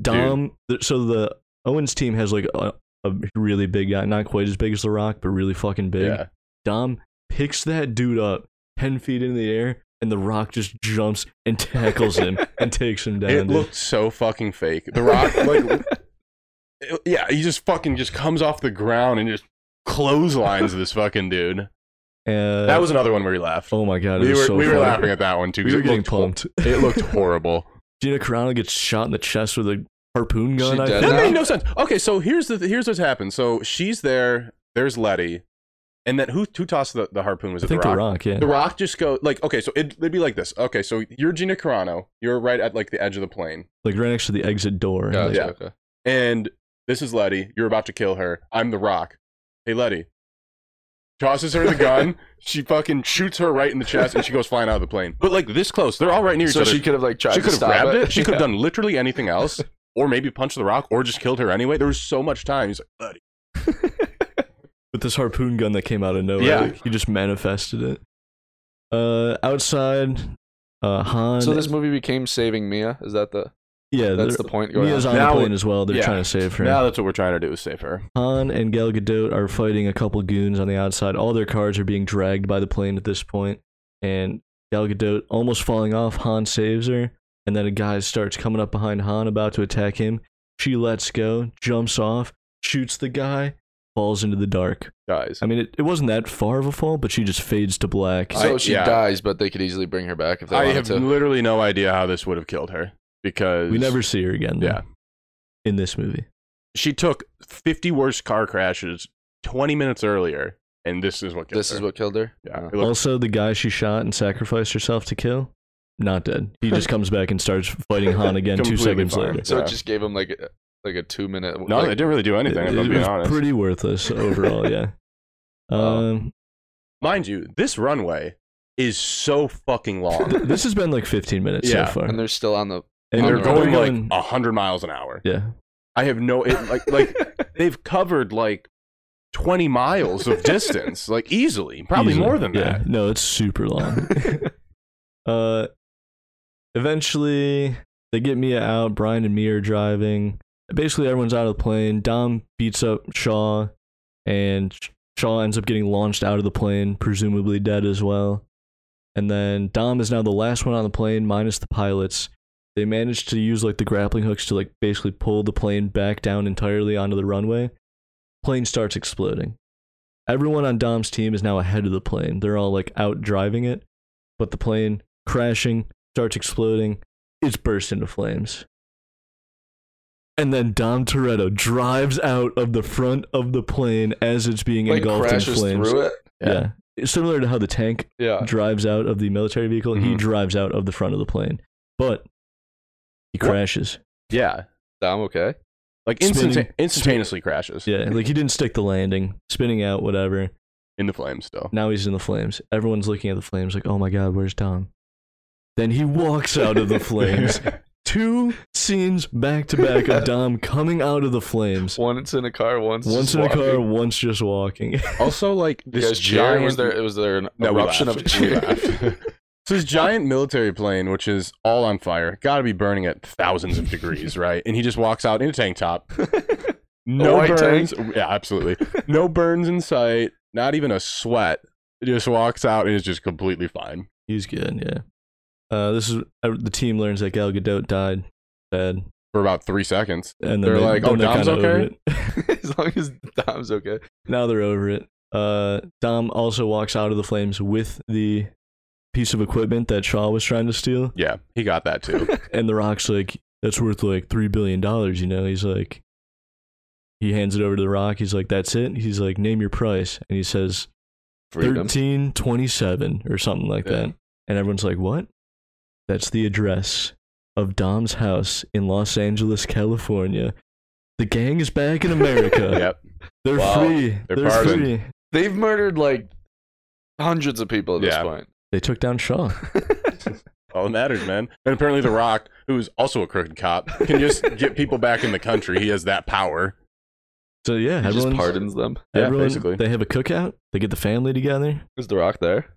Speaker 8: Dom. th- so the Owens team has like a, a really big guy, not quite as big as The Rock, but really fucking big.
Speaker 10: Yeah.
Speaker 8: Dom picks that dude up 10 feet in the air, and The Rock just jumps and tackles him and takes him down.
Speaker 10: It
Speaker 8: dude.
Speaker 10: looked so fucking fake. The Rock, like, it- yeah, he just fucking just comes off the ground and just clotheslines this fucking dude.
Speaker 8: Uh,
Speaker 10: That was another one where he laughed.
Speaker 8: Oh my god! It
Speaker 10: we
Speaker 8: was
Speaker 10: were
Speaker 8: so
Speaker 10: we were
Speaker 8: funny.
Speaker 10: laughing at that one too.
Speaker 8: We
Speaker 10: 'cause
Speaker 8: were
Speaker 10: it
Speaker 8: getting
Speaker 10: looked-
Speaker 8: pumped.
Speaker 10: It looked horrible.
Speaker 8: Gina Carano gets shot in the chest with a harpoon gun.
Speaker 9: She
Speaker 8: I
Speaker 9: does.
Speaker 8: think.
Speaker 10: That
Speaker 9: now-
Speaker 10: made no sense. Okay, so here's the here's what's happened. So she's there. There's Letty, and then who who tossed the, the harpoon? Was
Speaker 8: I
Speaker 10: it the
Speaker 8: think the
Speaker 10: rock?
Speaker 8: rock. Yeah.
Speaker 10: The Rock just go like okay, so it, it'd be like this. Okay, so you're Gina Carano. You're right at like the edge of the plane,
Speaker 8: like right next to the exit door.
Speaker 9: Gotcha,
Speaker 8: Like,
Speaker 10: Yeah.
Speaker 9: okay.
Speaker 10: and this is Letty. You're about to kill her. I'm the Rock. Hey, Letty. Tosses her the gun. she fucking shoots her right in the chest, and she goes flying out of the plane. But like this close, they're all right near each
Speaker 9: So
Speaker 10: other.
Speaker 9: she could have like tried
Speaker 10: she
Speaker 9: to
Speaker 10: could have
Speaker 9: stop
Speaker 10: grabbed it.
Speaker 9: it.
Speaker 10: She could have done literally anything else, or maybe punched the rock, or just killed her anyway. There was so much time. He's like, "Buddy."
Speaker 8: With this harpoon gun that came out of nowhere.
Speaker 10: Yeah.
Speaker 8: Like, he just manifested it. Uh, outside, uh, Han.
Speaker 9: So this movie became Saving Mia. Is that the
Speaker 8: yeah,
Speaker 9: that's the
Speaker 8: they're-
Speaker 9: point going
Speaker 8: Mia's
Speaker 9: on?
Speaker 8: on the
Speaker 10: Now-
Speaker 8: plane as well. They're
Speaker 10: yeah.
Speaker 8: trying to save her.
Speaker 10: now that's what we're trying to do is save her.
Speaker 8: Han and Gal Gadot are fighting a couple goons on the outside. All their cars are being dragged by the plane at this point, and Gal Gadot almost falling off. Han saves her, and then a guy starts coming up behind Han, about to attack him. She lets go, jumps off, shoots the guy, falls into the dark.
Speaker 10: Dies.
Speaker 8: I mean, it, it wasn't that far of a fall, but she just fades to black.
Speaker 10: I-
Speaker 9: So she
Speaker 10: yeah.
Speaker 9: dies, but they could easily bring her back if they
Speaker 10: I
Speaker 9: wanted
Speaker 10: have
Speaker 9: to.
Speaker 10: literally no idea how this would have killed her because
Speaker 8: we never see her again. though,
Speaker 10: Yeah,
Speaker 8: in this movie.
Speaker 10: she took fifty worst car crashes twenty minutes earlier, and this is what killed
Speaker 9: this
Speaker 10: her.
Speaker 9: is what killed her.
Speaker 10: Yeah, it looked-
Speaker 8: Also, the guy she shot and sacrificed herself to kill, not dead. He just comes back and starts fighting Han again two
Speaker 10: Completely
Speaker 8: seconds
Speaker 10: fine.
Speaker 8: later.
Speaker 9: So
Speaker 10: Yeah.
Speaker 9: it just gave him like a, like a two minute.
Speaker 10: no,
Speaker 9: like,
Speaker 10: they didn't really do
Speaker 8: It-
Speaker 10: anything. If I'm
Speaker 8: it
Speaker 10: being
Speaker 8: was
Speaker 10: honest, Oh.
Speaker 8: pretty worthless overall. Yeah.
Speaker 10: Wow.
Speaker 8: Um,
Speaker 10: mind you, this runway is so fucking long.
Speaker 8: this has been like 15 minutes
Speaker 10: Yeah,
Speaker 8: so far,
Speaker 9: And they're still on the.
Speaker 8: And
Speaker 10: they're
Speaker 9: they're
Speaker 10: going like a hundred miles an hour.
Speaker 8: yeah.
Speaker 10: I have no it, like like they've covered like twenty miles of distance, like easily, probably
Speaker 8: Easily.
Speaker 10: more than
Speaker 8: Yeah.
Speaker 10: that.
Speaker 8: No, it's super long. uh, eventually, they get Mia out. Brian and Mia are driving. Basically, everyone's out of the plane. Dom beats up Shaw, and Sh- Shaw ends up getting launched out of the plane, presumably dead as well. And then Dom is now the last one on the plane, minus the pilots. They manage to use like the grappling hooks to like basically pull the plane back down entirely onto the runway. Plane starts exploding. Everyone on Dom's team is now ahead of the plane. They're all like out driving it, but the plane crashing, starts exploding, it's burst into flames. And then Dom Toretto drives out of the front of the plane as it's being
Speaker 9: Like
Speaker 8: engulfed in
Speaker 9: crashes
Speaker 8: flames.
Speaker 9: through it.
Speaker 8: Yeah. It's similar to how the tank
Speaker 9: Yeah.
Speaker 8: drives out of the military vehicle,
Speaker 9: Mm-hmm.
Speaker 8: he
Speaker 10: Mhm.
Speaker 8: drives out of the front of the plane. But he
Speaker 10: What?
Speaker 8: crashes.
Speaker 10: Yeah,
Speaker 9: Dom, okay.
Speaker 10: like
Speaker 8: Spinning-
Speaker 10: instanta- instantaneously crashes.
Speaker 8: Yeah, like he didn't stick the landing, spinning out, whatever.
Speaker 10: in the flames still.
Speaker 8: Now he's in the flames. Everyone's looking at the flames like, oh my god, where's Dom? Then he walks out of the flames. Two scenes back to back of Dom coming out of the flames.
Speaker 9: Once in a car, once.
Speaker 8: Once
Speaker 9: just
Speaker 8: in a
Speaker 9: walking.
Speaker 8: car, once just walking.
Speaker 10: Also, like
Speaker 9: You
Speaker 10: this
Speaker 9: guys cheer?
Speaker 10: giant
Speaker 9: Was there, was there an
Speaker 10: No, we
Speaker 9: eruption of
Speaker 10: laughed. We
Speaker 9: cheer?
Speaker 10: laughed. So this giant military plane, which is all on fire, got to be burning at thousands of degrees, right? And he just walks out in a tank top.
Speaker 9: A
Speaker 10: No
Speaker 9: white
Speaker 10: burns. Yeah, absolutely. No burns in sight. Not even a sweat. He just walks out and is just completely fine.
Speaker 8: he's good, yeah. Uh, this is uh, the team learns that Gal Gadot died. Sad.
Speaker 10: For about three seconds,
Speaker 8: And then they-
Speaker 10: They're like,
Speaker 8: then
Speaker 10: "Oh,
Speaker 8: they're
Speaker 10: Dom's
Speaker 8: kinda over
Speaker 10: okay?"
Speaker 8: it.
Speaker 9: as long as Dom's okay.
Speaker 8: now they're over it. Uh, Dom also walks out of the flames with the piece of equipment that Shaw was trying to steal.
Speaker 10: yeah, he got that too.
Speaker 8: And The Rock's like, that's worth like $3 billion, you know? He's like, he hands it over to The Rock. He's like, that's it. He's like, name your price. And he says,
Speaker 9: Freedom.
Speaker 8: 1327 or something like
Speaker 9: Yeah.
Speaker 8: that. And everyone's like, what? That's the address of Dom's house in Los Angeles, California. The gang is back in America.
Speaker 10: yep,
Speaker 8: They're
Speaker 9: Wow.
Speaker 8: free.
Speaker 10: They're
Speaker 8: They're
Speaker 10: pardoned.
Speaker 8: free.
Speaker 9: They've murdered like hundreds of people at this
Speaker 10: Yeah.
Speaker 9: point.
Speaker 8: They took down Shaw.
Speaker 10: all that matters, man. And apparently, The Rock, who is also a crooked cop, can just get people back in the country. He has that power.
Speaker 8: So yeah,
Speaker 9: He just
Speaker 8: everyone's-
Speaker 9: pardons them.
Speaker 10: Yeah,
Speaker 8: everyone,
Speaker 10: basically.
Speaker 8: They have a cookout. They get the family together.
Speaker 9: Is The Rock there?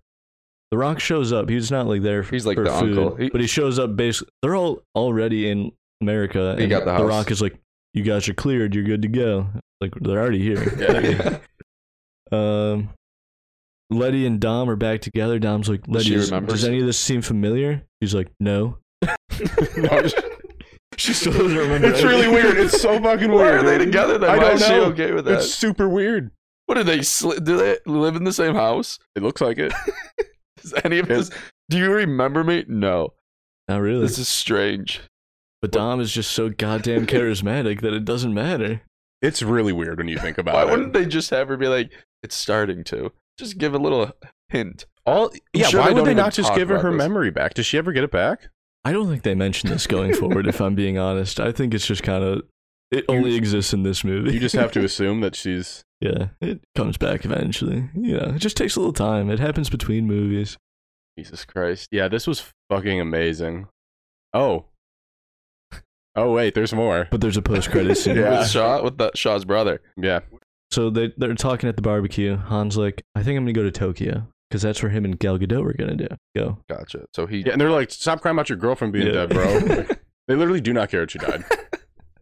Speaker 8: The Rock shows up. He's not like there.
Speaker 9: He's like
Speaker 8: for
Speaker 9: the
Speaker 8: food,
Speaker 9: uncle. He-
Speaker 8: but he shows up. Basically, they're all already in America.
Speaker 9: He
Speaker 8: and
Speaker 9: got the house.
Speaker 8: Rock is like, "You guys are cleared. You're good to go." Like they're already here.
Speaker 10: Yeah.
Speaker 8: Um, Letty and Dom are back together. Dom's like, "Letty,
Speaker 9: she
Speaker 8: is-
Speaker 9: remembers?
Speaker 8: does any of this seem familiar?" He's like, "No."
Speaker 10: No, just-
Speaker 8: She still doesn't remember.
Speaker 10: It's really weird. It's so fucking weird.
Speaker 9: Why are they
Speaker 10: dude.
Speaker 9: together then?
Speaker 10: I
Speaker 9: Why
Speaker 10: don't
Speaker 9: is she
Speaker 10: know.
Speaker 9: okay with that?
Speaker 10: It's super weird.
Speaker 9: What do they sli- do? They live in the same house?
Speaker 10: It looks like it.
Speaker 9: Is any of
Speaker 10: Yeah.
Speaker 9: this? Do you remember me? No.
Speaker 8: Not really.
Speaker 9: This is strange.
Speaker 8: But Dom is just so goddamn charismatic that it doesn't matter.
Speaker 10: It's really weird when you think about
Speaker 9: Why
Speaker 10: it.
Speaker 9: wouldn't they just have her be like, "It's starting to"? Just give a little hint.
Speaker 10: All yeah.
Speaker 9: sure
Speaker 10: why
Speaker 9: they
Speaker 10: would
Speaker 9: don't
Speaker 10: they
Speaker 9: even
Speaker 10: not just
Speaker 9: talk
Speaker 10: give her
Speaker 9: about
Speaker 10: her
Speaker 9: this.
Speaker 10: memory back? Does she ever get it back?
Speaker 8: I don't think they mention this going forward, if I'm being honest. I think it's just kind of. It only exists in this movie.
Speaker 10: You just have to assume that she's.
Speaker 8: yeah, it comes back eventually. You know, it just takes a little time. It happens between movies.
Speaker 10: Jesus Christ. Yeah, this was fucking amazing. Oh. Oh wait, there's more.
Speaker 8: But there's a post credit scene.
Speaker 10: Yeah.
Speaker 9: With Shaw, with the, Shaw's brother.
Speaker 10: Yeah.
Speaker 8: So they, they're talking at the barbecue. Han's like, I think I'm going to go to Tokyo because that's where him and Gal Gadot were going to do. Go.
Speaker 9: Gotcha. So he.
Speaker 10: Yeah, and they're like, stop crying about your girlfriend being
Speaker 8: Yeah.
Speaker 10: dead, bro. they literally do not care that she died.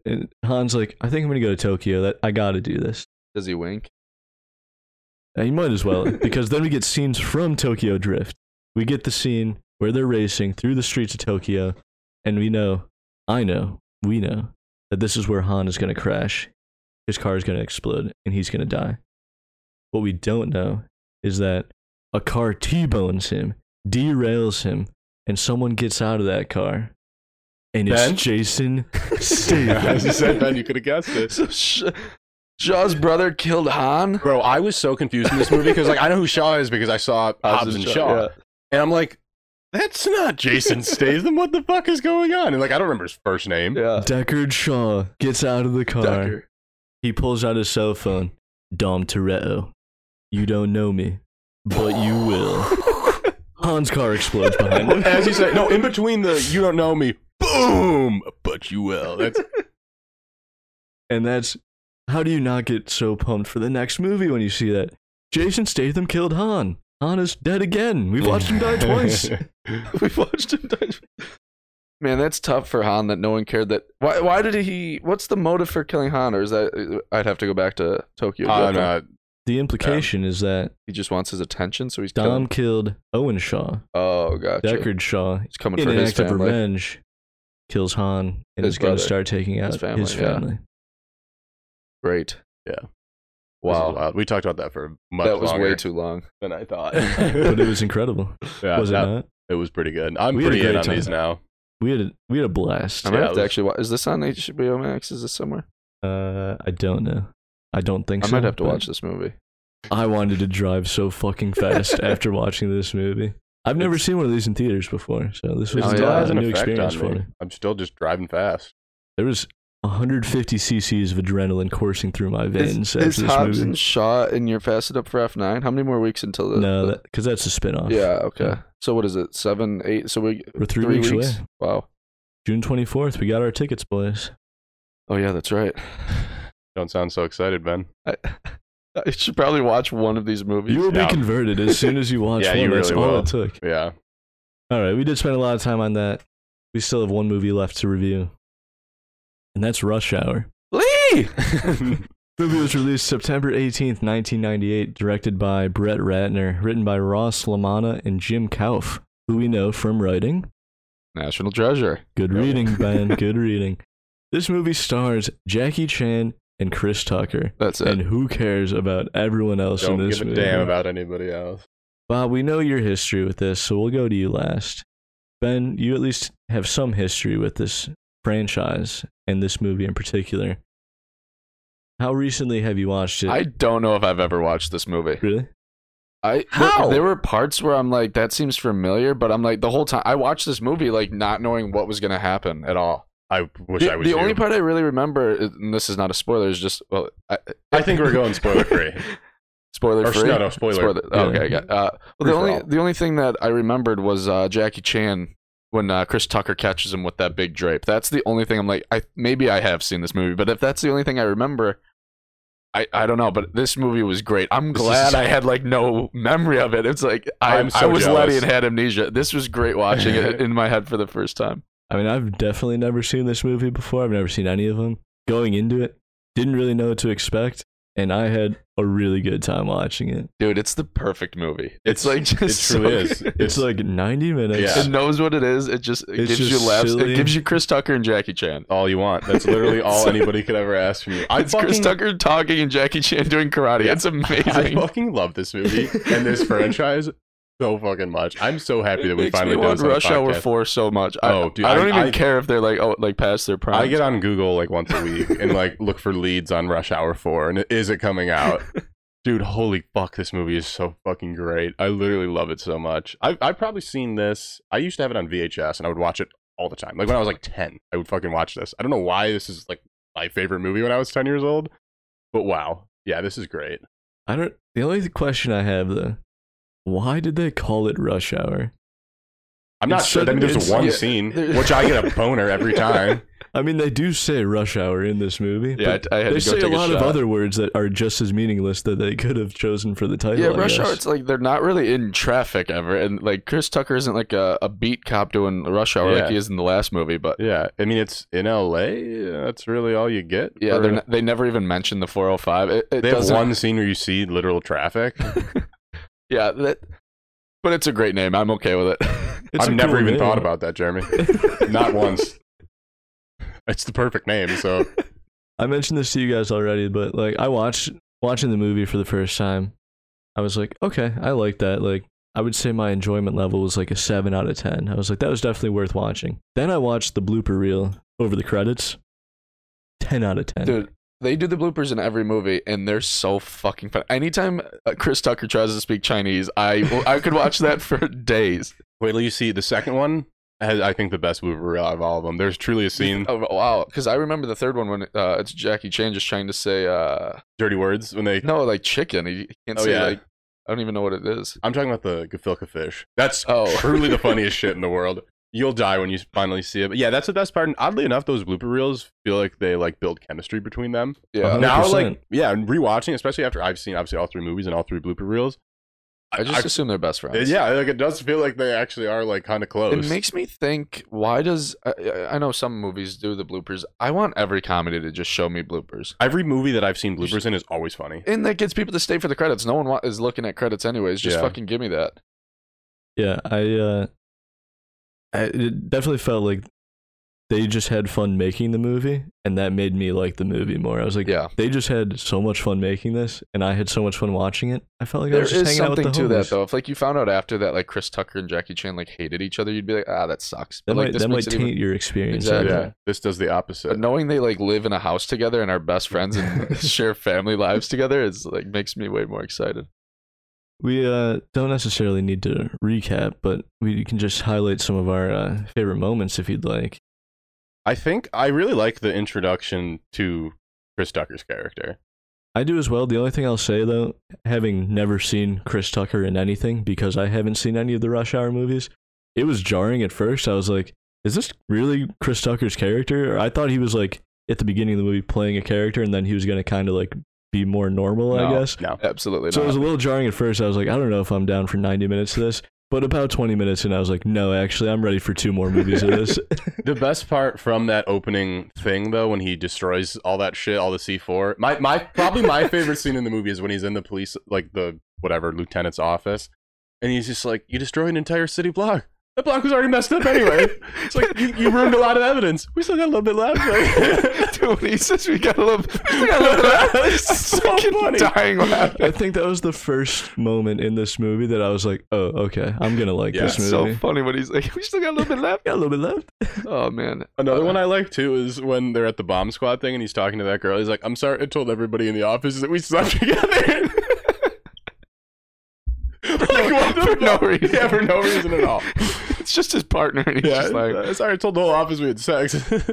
Speaker 8: And Han's like, I think I'm going to go to Tokyo. That I got to do this.
Speaker 9: Does he wink?
Speaker 8: And you might as well, because then we get scenes from Tokyo Drift. We get the scene where they're racing through the streets of Tokyo, and we know, I know, we know, that this is where Han is going to crash. his car is going to explode and he's going to die. What we don't know is that a car T bones him, derails him, and someone gets out of that car. And
Speaker 10: Ben?
Speaker 8: it's Jason
Speaker 10: As you
Speaker 8: Statham.
Speaker 10: said, Ben, you could have guessed it.
Speaker 9: So Sh- Shaw's brother killed Han.
Speaker 10: Bro, I was so confused in this movie because like I know who Shaw is because I saw Hobbs and Shaw,
Speaker 9: yeah.
Speaker 10: and I'm like, that's not Jason Statham. What the fuck is going on? And like I don't remember his first name.
Speaker 9: Yeah.
Speaker 8: Deckard Shaw gets out of the car.
Speaker 9: Decker.
Speaker 8: He pulls out his cell phone. Dom Toretto, you don't know me, but you will. Han's car explodes behind him.
Speaker 10: As you said, no, in between the you don't know me, boom, but you will. That's
Speaker 8: And that's how do you not get so pumped for the next movie when you see that? Jason Statham killed Han. Han is dead again. We've watched him die twice.
Speaker 9: We've watched him die. Man, that's tough for Han that no one cared that. Why? Why did he? What's the motive for killing Han? Or is that? I'd have to go back to Tokyo.
Speaker 10: on
Speaker 9: Ghoul.
Speaker 10: uh,
Speaker 8: The implication is that
Speaker 9: He just wants his attention, so he's
Speaker 8: Dom
Speaker 9: killing.
Speaker 8: killed Owen Shaw.
Speaker 9: Oh, gotcha.
Speaker 8: Deckard Shaw,
Speaker 9: He's coming
Speaker 8: in
Speaker 9: for
Speaker 8: an
Speaker 9: his
Speaker 8: act of
Speaker 9: family.
Speaker 8: revenge, kills Han and
Speaker 9: His
Speaker 8: is going
Speaker 9: brother.
Speaker 8: to start taking out
Speaker 9: His
Speaker 8: his
Speaker 9: family,
Speaker 8: family.
Speaker 9: yeah. Great.
Speaker 10: wow.
Speaker 9: Wow.
Speaker 10: We talked about that for much
Speaker 9: that was
Speaker 10: longer
Speaker 9: way too long.
Speaker 10: than I thought.
Speaker 8: But it was incredible,
Speaker 10: Yeah,
Speaker 8: was it
Speaker 10: that-
Speaker 8: not?
Speaker 10: It was pretty good. I'm
Speaker 8: We had a
Speaker 10: pretty in
Speaker 8: great
Speaker 10: on
Speaker 8: time.
Speaker 10: these now.
Speaker 8: We had a, we had a blast.
Speaker 9: I might
Speaker 10: Yeah,
Speaker 9: have
Speaker 10: it
Speaker 9: to
Speaker 10: was-
Speaker 9: actually. Watch, is this on HBO Max? Is this somewhere?
Speaker 8: Uh, I don't know. I don't think
Speaker 9: I
Speaker 8: so.
Speaker 9: might have to
Speaker 8: but
Speaker 9: watch this movie.
Speaker 8: I wanted to drive so fucking fast after watching this movie. I've never seen one of these in theaters before, so this
Speaker 10: It
Speaker 8: was
Speaker 9: Oh,
Speaker 10: still
Speaker 9: yeah.
Speaker 10: has
Speaker 8: a
Speaker 10: an
Speaker 8: new
Speaker 10: effect
Speaker 8: experience
Speaker 10: on
Speaker 8: for
Speaker 10: me.
Speaker 8: me.
Speaker 10: I'm still just driving fast.
Speaker 8: There was 150 cc's of adrenaline coursing through my veins
Speaker 9: Is,
Speaker 8: after
Speaker 9: is
Speaker 8: this
Speaker 9: Hobbs
Speaker 8: movie.
Speaker 9: and Shaw in your facet up for F nine? How many more weeks until the?
Speaker 8: no,
Speaker 9: the-
Speaker 8: because that's a spinoff.
Speaker 9: yeah. Okay.
Speaker 8: Yeah.
Speaker 9: So what is it? Seven, eight. So we
Speaker 8: We're three, weeks, away.
Speaker 9: Wow.
Speaker 8: June 24th, we got our tickets, boys.
Speaker 9: Oh yeah, that's right.
Speaker 10: Don't sound so excited, Ben.
Speaker 9: I, I should probably watch one of these movies.
Speaker 8: You will
Speaker 10: Yeah.
Speaker 8: be converted as soon as you watch
Speaker 10: Yeah,
Speaker 8: one.
Speaker 10: you
Speaker 8: that's
Speaker 10: really
Speaker 8: all
Speaker 10: will.
Speaker 8: it took.
Speaker 10: Yeah.
Speaker 8: All right, we did spend a lot of time on that. We still have one movie left to review, and that's Rush Hour.
Speaker 9: Lee.
Speaker 8: movie was released September 18th, 1998, directed by Brett Ratner, written by Ross LaManna and Jim Kauf, who we know from writing.
Speaker 9: National Treasure.
Speaker 8: Good reading, Ben. Good reading. This movie stars Jackie Chan and Chris Tucker.
Speaker 9: That's
Speaker 8: And
Speaker 9: it.
Speaker 8: who cares about everyone else
Speaker 10: Don't
Speaker 8: in this
Speaker 10: give a
Speaker 8: movie?
Speaker 10: damn about anybody else.
Speaker 8: Bob, we know your history with this, so we'll go to you last. Ben, you at least have some history with this franchise and this movie in particular. How recently have you watched it?
Speaker 9: I don't know if I've ever watched this movie.
Speaker 8: really?
Speaker 9: I
Speaker 10: How?
Speaker 9: There, there were parts where I'm like, that seems familiar, but I'm like, the whole time I watched this movie, like not knowing what was gonna happen at all.
Speaker 10: I wish
Speaker 9: The,
Speaker 10: I was
Speaker 9: the
Speaker 10: you.
Speaker 9: only part I really remember, and this is not a spoiler, is just well, I,
Speaker 10: I think we're going spoiler free.
Speaker 9: spoiler
Speaker 10: Or,
Speaker 9: free.
Speaker 10: no, no, spoiler.
Speaker 8: Yeah.
Speaker 9: Okay, I got- uh, well,
Speaker 10: Free
Speaker 9: the
Speaker 10: for
Speaker 9: only
Speaker 10: all.
Speaker 9: the only thing that I remembered was uh, Jackie Chan when uh, Chris Tucker catches him with that big drape. That's the only thing I'm like, I maybe I have seen this movie, but if that's the only thing I remember, I, I don't know. But this movie was great. I'm
Speaker 10: This
Speaker 9: glad
Speaker 10: is-
Speaker 9: I had like no memory of it. It's like I
Speaker 10: I'm so
Speaker 9: I was
Speaker 10: jealous.
Speaker 9: Letty and had amnesia. This was great watching it in my head for the first time.
Speaker 8: I mean, I've definitely never seen this movie before. I've never seen any of them. Going into it, didn't really know what to expect, and I had a really good time watching it.
Speaker 9: Dude, it's the perfect movie.
Speaker 10: It's-
Speaker 9: It's, like
Speaker 10: it
Speaker 9: just
Speaker 10: truly
Speaker 9: so
Speaker 10: is.
Speaker 9: good.
Speaker 8: It's like 90 minutes.
Speaker 10: Yeah.
Speaker 9: It knows what it is. It just it
Speaker 8: It's
Speaker 9: gives you
Speaker 8: just
Speaker 9: laughs.
Speaker 8: silly.
Speaker 9: It gives you Chris Tucker and Jackie Chan.
Speaker 10: all you want. That's literally all anybody could ever ask from you. I
Speaker 9: it's Chris
Speaker 10: fucking,
Speaker 9: Tucker talking and Jackie Chan doing karate.
Speaker 10: Yeah.
Speaker 9: It's
Speaker 10: I
Speaker 9: amazing.
Speaker 10: fucking love this movie and this franchise so fucking much. I'm so happy that
Speaker 9: It
Speaker 10: we
Speaker 9: makes
Speaker 10: finally
Speaker 9: me
Speaker 10: did
Speaker 9: want
Speaker 10: this on the
Speaker 9: Rush Hour
Speaker 10: podcast.
Speaker 9: Four so much. I,
Speaker 10: Oh, dude,
Speaker 9: I don't
Speaker 10: I-
Speaker 9: even
Speaker 10: I-
Speaker 9: care if they're like oh like past their prime.
Speaker 10: I get on Google like once a week and like look for leads on Rush Hour 4 and is it coming out? Dude, holy fuck, this movie is so fucking great. I literally love it so much. I've, I've probably seen this. I used to have it on VHS and I would watch it all the time. Like when I was like 10, I would fucking watch this. I don't know why this is like my favorite movie when I was 10 years old, but wow. Yeah, this is great.
Speaker 8: I don't. The only question I have though, why did they call it Rush Hour?
Speaker 10: I'm not
Speaker 8: It's
Speaker 10: sure. I
Speaker 8: so-
Speaker 10: mean, there's
Speaker 8: it's-
Speaker 10: one
Speaker 9: yeah,
Speaker 10: scene,
Speaker 9: there-
Speaker 10: which I get a boner every time.
Speaker 8: I mean, they do say Rush Hour in this movie.
Speaker 9: Yeah,
Speaker 8: but
Speaker 9: I, I had
Speaker 8: they
Speaker 9: to go
Speaker 8: say
Speaker 9: take
Speaker 8: a lot of
Speaker 9: shot.
Speaker 8: other words that are just as meaningless that they could have chosen for the title.
Speaker 9: Yeah,
Speaker 8: I
Speaker 9: rush hour.
Speaker 8: guess.
Speaker 9: It's like they're not really in traffic ever, and like Chris Tucker isn't like a, a beat cop doing rush hour
Speaker 10: Yeah.
Speaker 9: like he is in the last movie. But
Speaker 10: Yeah, I mean, it's in LA. That's really all you get.
Speaker 9: yeah,
Speaker 10: for
Speaker 9: they're
Speaker 10: an
Speaker 9: not, they never even mention the 405. It, it
Speaker 10: They have
Speaker 9: doesn't-
Speaker 10: one scene where you see literal traffic.
Speaker 9: Yeah, that, but it's a great name. I'm okay with it.
Speaker 8: It's
Speaker 10: I've
Speaker 8: a
Speaker 10: never
Speaker 8: cool
Speaker 10: even
Speaker 9: Oh,
Speaker 8: name.
Speaker 10: thought about that, Jeremy. Not once. It's the perfect name, so
Speaker 8: I mentioned this to you guys already, but like I watched watching the movie for the first time, I was like, okay, I like that. Like I would say my enjoyment level was like a seven out of ten. I was like, that was definitely worth watching. Then I watched the blooper reel over the credits. Ten out of ten.
Speaker 9: Dude, they do the bloopers in every movie, and they're so fucking fun. Anytime uh, Chris Tucker tries to speak Chinese, I I could watch that for days.
Speaker 10: Wait till you see the second one. Has, I think the best movie reel out of all of them. There's truly a scene,
Speaker 9: Oh, wow, because I remember the third one when uh, it's Jackie Chan just trying to say uh,
Speaker 10: dirty words when they.
Speaker 9: no, like chicken. He can't
Speaker 10: Oh,
Speaker 9: say
Speaker 10: yeah.
Speaker 9: like I don't even know what it is.
Speaker 10: I'm talking about the gefilte fish. That's
Speaker 9: Oh.
Speaker 10: truly the funniest shit in the world. You'll die when you finally see it. But yeah, that's the best part. And oddly enough, those blooper reels feel like they like build chemistry between them.
Speaker 9: Yeah,
Speaker 8: Uh-huh.
Speaker 10: Now,
Speaker 8: 100%.
Speaker 10: like yeah, and rewatching, especially after I've seen obviously all three movies and all three blooper reels.
Speaker 9: I just assume they're best friends.
Speaker 10: yeah, like it does feel like they actually are like kind of close.
Speaker 9: It makes me think. Why does I- I, I know some movies do the bloopers? I want every comedy to just show me bloopers,
Speaker 10: Every movie that I've seen bloopers in is always funny.
Speaker 9: and that gets people to stay for the credits. No one wa- is looking at credits anyways. Just
Speaker 10: Yeah.
Speaker 9: fucking give me that.
Speaker 8: Yeah, I uh I, it definitely felt like they just had fun making the movie and that made me like the movie more. I was like,
Speaker 9: Yeah.
Speaker 8: they just had so much fun making this and I had so much fun watching it. I felt like I
Speaker 9: There
Speaker 8: was just
Speaker 9: is
Speaker 8: hanging out with
Speaker 9: something
Speaker 8: the
Speaker 9: to
Speaker 8: homies.
Speaker 9: that though. If like you found out after that, like Chris Tucker and Jackie Chan like hated each other, you'd be like, ah, that sucks.
Speaker 8: That
Speaker 9: like
Speaker 8: might that might
Speaker 9: makes it
Speaker 8: taint
Speaker 9: even-
Speaker 8: your experience.
Speaker 9: Exactly.
Speaker 8: Yeah.
Speaker 10: Yeah, this does the opposite.
Speaker 9: But knowing they like live in a house together and are best friends and share family lives together is like makes me way more excited.
Speaker 8: We uh don't necessarily need to recap, but we can just highlight some of our uh, favorite moments if you'd like.
Speaker 10: I think I really like the introduction to Chris Tucker's character.
Speaker 8: I do as well. The only thing I'll say though, having never seen Chris Tucker in anything because I haven't seen any of the Rush Hour movies, it was jarring at first. I was like, is this really Chris Tucker's character? Or I thought he was like at the beginning of the movie playing a character and then he was going to kind of like be more normal, I
Speaker 10: No,
Speaker 8: guess.
Speaker 10: No.
Speaker 9: Absolutely
Speaker 8: So it
Speaker 9: not.
Speaker 8: was a little jarring at first. I was like, I don't know if I'm down for 90 minutes of this. But about 20 minutes and I was like, no, actually, I'm ready for two more movies of this.
Speaker 10: The best part from that opening thing though, when he destroys all that shit, all the C four. My my probably my favorite scene in the movie is when he's in the police like the whatever lieutenant's office, and he's just like, "You destroyed an entire city block. That block was already messed up anyway. it's like you, you ruined a lot of evidence. We still got a little bit left."
Speaker 9: Dude, when he says we got a little, we got a little laugh. It's
Speaker 10: so
Speaker 9: fucking
Speaker 10: funny.
Speaker 9: dying laugh.
Speaker 8: I think that was the first moment in this movie that I was like, oh, okay, I'm going to like
Speaker 10: Yeah,
Speaker 8: this
Speaker 9: It's
Speaker 8: movie.
Speaker 9: so funny when he's like, we still got a little bit left.
Speaker 8: Got a little bit left.
Speaker 9: Oh man,
Speaker 10: Another
Speaker 9: Uh,
Speaker 10: one I like too is when they're at the bomb squad thing and he's talking to that girl. He's like, "I'm sorry, I told everybody in the office that we slept together." like, what the
Speaker 9: For no
Speaker 10: fuck?
Speaker 9: reason.
Speaker 10: Yeah, for no reason at all.
Speaker 9: it's just his partner, and he's
Speaker 10: yeah,
Speaker 9: just like,
Speaker 10: uh, sorry, I told the whole office we had sex.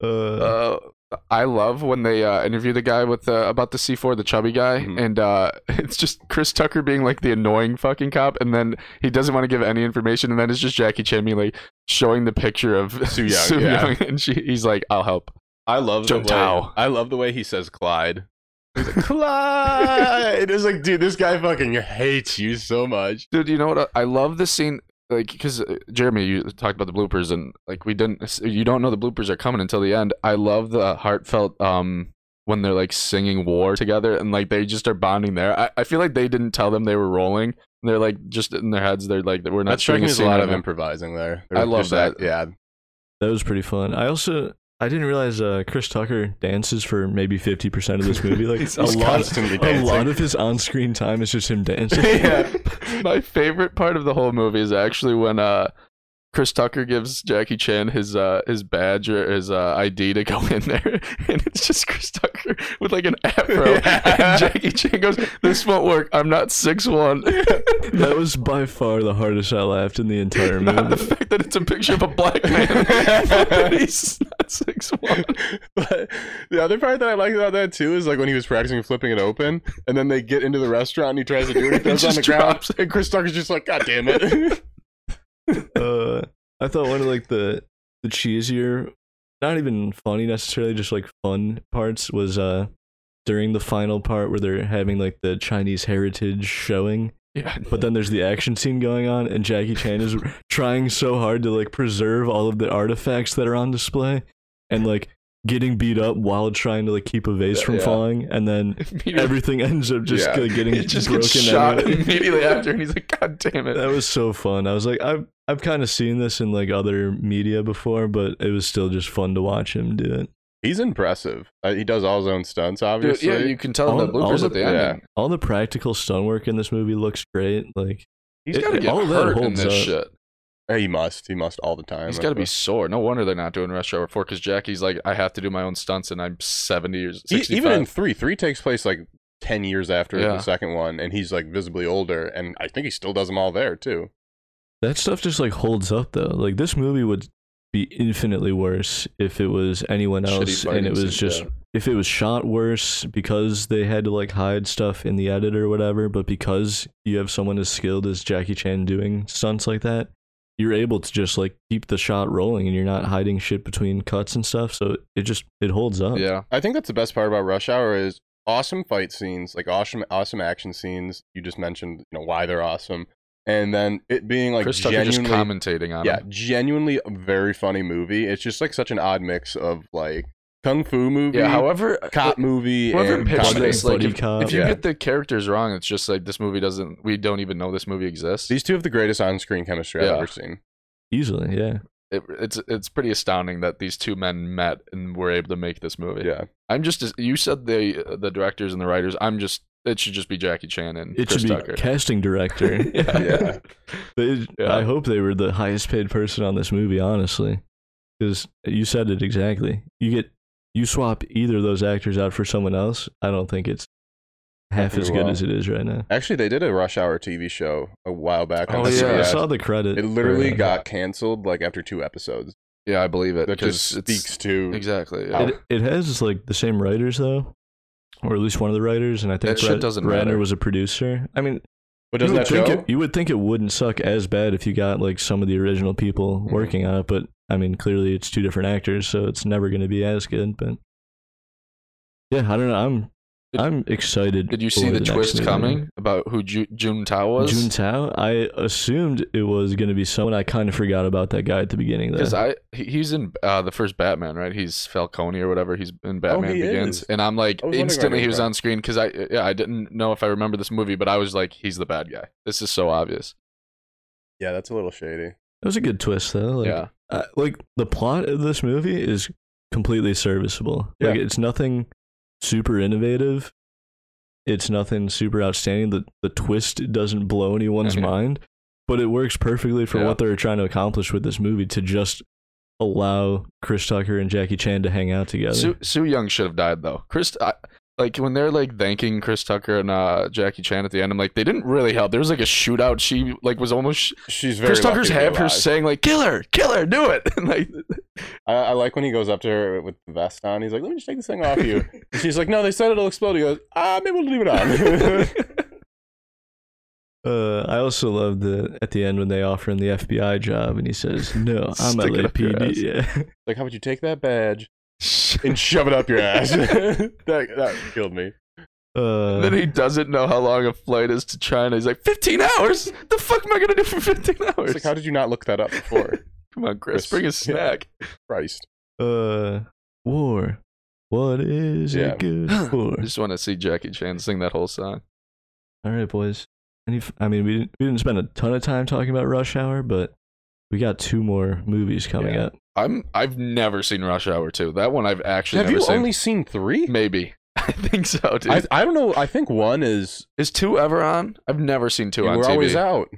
Speaker 8: Uh,
Speaker 9: uh, I love when they uh, interview the guy with uh, about the C four, the chubby guy,
Speaker 10: Mhm.
Speaker 9: and uh, it's just Chris Tucker being like the annoying fucking cop, and then he doesn't want to give any information, and then it's just Jackie Chan being, like showing the picture of
Speaker 10: Soo Young, yeah.
Speaker 9: Young, and she, he's like, "I'll help."
Speaker 10: I love
Speaker 9: Joe
Speaker 10: the way,
Speaker 9: Tao.
Speaker 10: I love the way he says Clyde. He's like, Clyde. It's like, dude, this guy fucking hates you so much.
Speaker 9: Dude, you know what? uh, I love this scene, like because Jeremy, you talked about the bloopers, and like we didn't, you don't know the bloopers are coming until the end. I love the heartfelt um when they're like singing war together, and like they just are bonding there. I, I feel like they didn't tell them they were rolling. They're like just in their heads. They're like we're not.
Speaker 10: That struck
Speaker 9: shooting
Speaker 10: me
Speaker 9: a
Speaker 10: as a
Speaker 9: scene
Speaker 10: lot
Speaker 9: right
Speaker 10: of
Speaker 9: now.
Speaker 10: improvising there.
Speaker 9: I love
Speaker 10: Just
Speaker 9: that.
Speaker 10: Yeah,
Speaker 8: that was pretty fun. I also I didn't realize uh, Chris Tucker dances for maybe fifty percent of this movie. Like
Speaker 10: He's
Speaker 8: a lot,
Speaker 10: constantly
Speaker 8: a
Speaker 10: dancing.
Speaker 8: lot of his on-screen time is just him dancing.
Speaker 10: yeah.
Speaker 9: My favorite part of the whole movie is actually when uh Chris Tucker gives Jackie Chan his uh his badge or his uh, ID to go in there, and it's just Chris Tucker with like an afro,
Speaker 10: Yeah.
Speaker 9: and Jackie Chan goes, "This won't work. I'm not six one."
Speaker 8: that was by far the hardest I laughed in the entire
Speaker 9: the
Speaker 8: movie.
Speaker 9: fact that it's a picture of a black man, but he's not six one.
Speaker 10: but the other part that I like about that too is like when he was practicing flipping it open, and then they get into the restaurant and he tries to do it, he throws it on the
Speaker 9: just
Speaker 10: ground,
Speaker 9: drops
Speaker 10: and Chris Tucker's just like, "God damn it!"
Speaker 8: Uh, I thought one of like the the cheesier, not even funny necessarily, just like fun parts was uh during the final part where they're having like the Chinese heritage showing.
Speaker 9: Yeah,
Speaker 8: But then there's the action scene going on, and Jackie Chan is trying so hard to like preserve all of the artifacts that are on display, and like getting beat up while trying to like keep a vase from
Speaker 9: Yeah.
Speaker 8: falling, and then everything ends up just
Speaker 10: Yeah.
Speaker 8: uh, getting
Speaker 9: it just
Speaker 8: broken.
Speaker 9: gets shot
Speaker 8: anyway.
Speaker 9: immediately after, and he's like, "God damn it!"
Speaker 8: That was so fun. I was like, I've I've kind of seen this in like other media before, but it was still just fun to watch him do it.
Speaker 10: He's impressive. Uh, he does all his own stunts,
Speaker 9: Dude,
Speaker 10: obviously.
Speaker 9: yeah, you can tell in Oh, the
Speaker 8: All- all
Speaker 9: bloopers
Speaker 8: the-
Speaker 9: at the
Speaker 10: yeah.
Speaker 9: end.
Speaker 8: All the practical stunt work in this movie looks great. Like
Speaker 9: He's
Speaker 8: It-
Speaker 9: got to
Speaker 8: it-
Speaker 9: get
Speaker 8: all of that
Speaker 9: hurt in
Speaker 8: holds
Speaker 9: this
Speaker 8: up.
Speaker 9: shit.
Speaker 10: Uh, He must. He must all the time.
Speaker 9: He's
Speaker 10: I
Speaker 9: got to be
Speaker 10: suppose.
Speaker 9: sore. No wonder they're not doing Rush Hour 4 because Jackie's like, I have to do my own stunts and I'm 70 years,
Speaker 10: E-
Speaker 9: 65.
Speaker 10: even in three. Three takes place like ten years after
Speaker 9: Yeah.
Speaker 10: the second one, and he's like visibly older. And I think he still does them all there too.
Speaker 8: that stuff just like holds up though. Like this movie would be infinitely worse if it was anyone
Speaker 9: Shitty
Speaker 8: else and
Speaker 9: fighting
Speaker 8: it was
Speaker 9: scenes,
Speaker 8: just
Speaker 9: yeah.
Speaker 8: if it was shot worse because they had to like hide stuff in the edit or whatever, but because you have someone as skilled as Jackie Chan doing stunts like that, you're able to just like keep the shot rolling and you're not hiding shit between cuts and stuff, so it just it holds up.
Speaker 9: Yeah.
Speaker 10: I think that's the best part about Rush Hour is awesome fight scenes, like awesome, awesome action scenes. You just mentioned, you know, why they're awesome, and then it being like
Speaker 9: Chris Tucker just
Speaker 10: genuinely,
Speaker 9: commentating on
Speaker 10: yeah,
Speaker 9: it.
Speaker 10: genuinely a very funny movie. It's just like such an odd mix of like kung fu movie,
Speaker 9: Yeah, however,
Speaker 10: cop
Speaker 9: it-
Speaker 10: movie,
Speaker 9: whoever
Speaker 10: and
Speaker 9: pitched
Speaker 10: comedy.
Speaker 9: this, like,
Speaker 8: Buddy
Speaker 9: if,
Speaker 8: cop.
Speaker 9: if you
Speaker 10: Yeah.
Speaker 9: get the characters wrong, it's just like this movie doesn't. We don't even know this movie exists.
Speaker 10: These two have the greatest on-screen chemistry
Speaker 9: Yeah.
Speaker 10: I've ever seen.
Speaker 8: Easily, yeah.
Speaker 9: it, it's it's pretty astounding that these two men met and were able to make this movie.
Speaker 10: Yeah,
Speaker 9: I'm just you said the the directors and the writers. I'm just it should just be Jackie Chan and
Speaker 8: It
Speaker 9: Chris
Speaker 8: should be
Speaker 9: Tucker.
Speaker 8: casting director.
Speaker 9: yeah.
Speaker 8: They,
Speaker 9: Yeah.
Speaker 8: I hope they were the highest paid person on this movie, honestly, because you said it exactly. You get you swap either of those actors out for someone else. I don't think it's half
Speaker 10: think
Speaker 8: as
Speaker 10: it
Speaker 8: good
Speaker 10: will.
Speaker 8: as it is right now.
Speaker 10: actually, they did a Rush Hour TV show a while back.
Speaker 9: Oh,
Speaker 10: on
Speaker 8: I, saw- I
Speaker 9: yeah.
Speaker 10: CBS.
Speaker 8: saw the credit.
Speaker 10: It literally
Speaker 8: for-
Speaker 10: got canceled like after two episodes.
Speaker 9: yeah, I believe it
Speaker 10: That just
Speaker 9: because it's
Speaker 10: speaks to
Speaker 9: exactly. Yeah.
Speaker 8: It, it has like the same writers though, or at least one of the writers, and I think
Speaker 9: That shit
Speaker 8: Brad-
Speaker 9: doesn't
Speaker 8: Ratner
Speaker 9: matter.
Speaker 8: was a producer. I mean,
Speaker 10: But doesn't
Speaker 8: you would
Speaker 10: that show?
Speaker 8: think It, you would think it wouldn't suck as bad if you got like some of the original people
Speaker 9: Mhm.
Speaker 8: working on it, but I mean, clearly it's two different actors, so it's never going to be as good. But yeah, I don't know. I'm
Speaker 9: Did-
Speaker 8: I'm excited.
Speaker 9: Did you
Speaker 8: for
Speaker 9: see the
Speaker 8: next
Speaker 9: twist
Speaker 8: movie.
Speaker 9: coming about who Ju- Jun Tao was?
Speaker 8: Jun Tao. I assumed it was going to be someone. I kind of forgot about that guy at the beginning.
Speaker 9: Because
Speaker 8: Though.
Speaker 9: I he- he's in uh, the first Batman, right? He's Falcone or whatever. He's in Batman
Speaker 10: Oh, he
Speaker 9: Begins,
Speaker 10: is.
Speaker 9: and I'm like
Speaker 10: I was wondering where I
Speaker 9: instantly
Speaker 10: knew
Speaker 9: he was
Speaker 10: from.
Speaker 9: on screen because I yeah I didn't know if I remember this movie, but I was like he's the bad guy. This is so obvious.
Speaker 10: Yeah, that's a little shady.
Speaker 8: It was a good twist though. Like,
Speaker 9: yeah,
Speaker 8: I- Uh, like the plot of this movie is completely serviceable. Like
Speaker 10: Yeah.
Speaker 8: it's nothing super innovative. It's nothing super outstanding. The the twist doesn't blow anyone's
Speaker 9: Yeah.
Speaker 8: mind, but it works perfectly for
Speaker 9: Yeah.
Speaker 8: what they're trying to accomplish with this movie to just allow Chris Tucker and Jackie Chan to hang out together.
Speaker 9: Sue, Sue Young should have died though. Chris, I, like when they're like thanking Chris Tucker and uh, Jackie Chan at the end, I'm like they didn't really help. There was like a shootout. She like was almost
Speaker 10: She's very.
Speaker 9: Chris
Speaker 10: lucky
Speaker 9: Tucker's
Speaker 10: to be
Speaker 9: have her
Speaker 10: alive.
Speaker 9: saying like kill her, kill her, do it. And, like
Speaker 10: I, I like when he goes up to her with the vest on. He's like, "Let me just take this thing off you." And she's like, "No, they said it'll explode." He goes, "Ah, maybe we'll leave it on."
Speaker 8: Uh, I also love the at the end when they offer him the FBI job and he says, "No, I'm
Speaker 9: Stick it up your
Speaker 8: LAPD." Yeah.
Speaker 10: like, how would you take that badge and shove it up your ass? that that killed me.
Speaker 8: Uh,
Speaker 9: And then he doesn't know how long a flight is to China. He's like, 15 hours? The fuck am I going to do for 15 hours?
Speaker 10: It's like, how did you not look that up before?
Speaker 9: Come on, Chris,
Speaker 10: Chris,
Speaker 9: bring a
Speaker 10: yeah.
Speaker 9: snack.
Speaker 10: Christ.
Speaker 8: uh war what is
Speaker 10: Yeah.
Speaker 8: it good for
Speaker 9: I just want to see Jackie Chan sing that whole song.
Speaker 8: all right boys any f- i mean we didn't, we didn't spend a ton of time talking about rush hour but we got two more movies coming
Speaker 10: Yeah.
Speaker 8: up
Speaker 9: I'm, I've never seen Rush Hour 2. That one I've actually
Speaker 10: Have
Speaker 9: never
Speaker 10: you
Speaker 9: seen.
Speaker 10: only seen three?
Speaker 9: Maybe. I think so, dude.
Speaker 10: I, I don't know. I think one is
Speaker 9: is 2 ever on? I've never seen 2
Speaker 10: you
Speaker 9: on
Speaker 10: were
Speaker 9: TV.
Speaker 10: always out.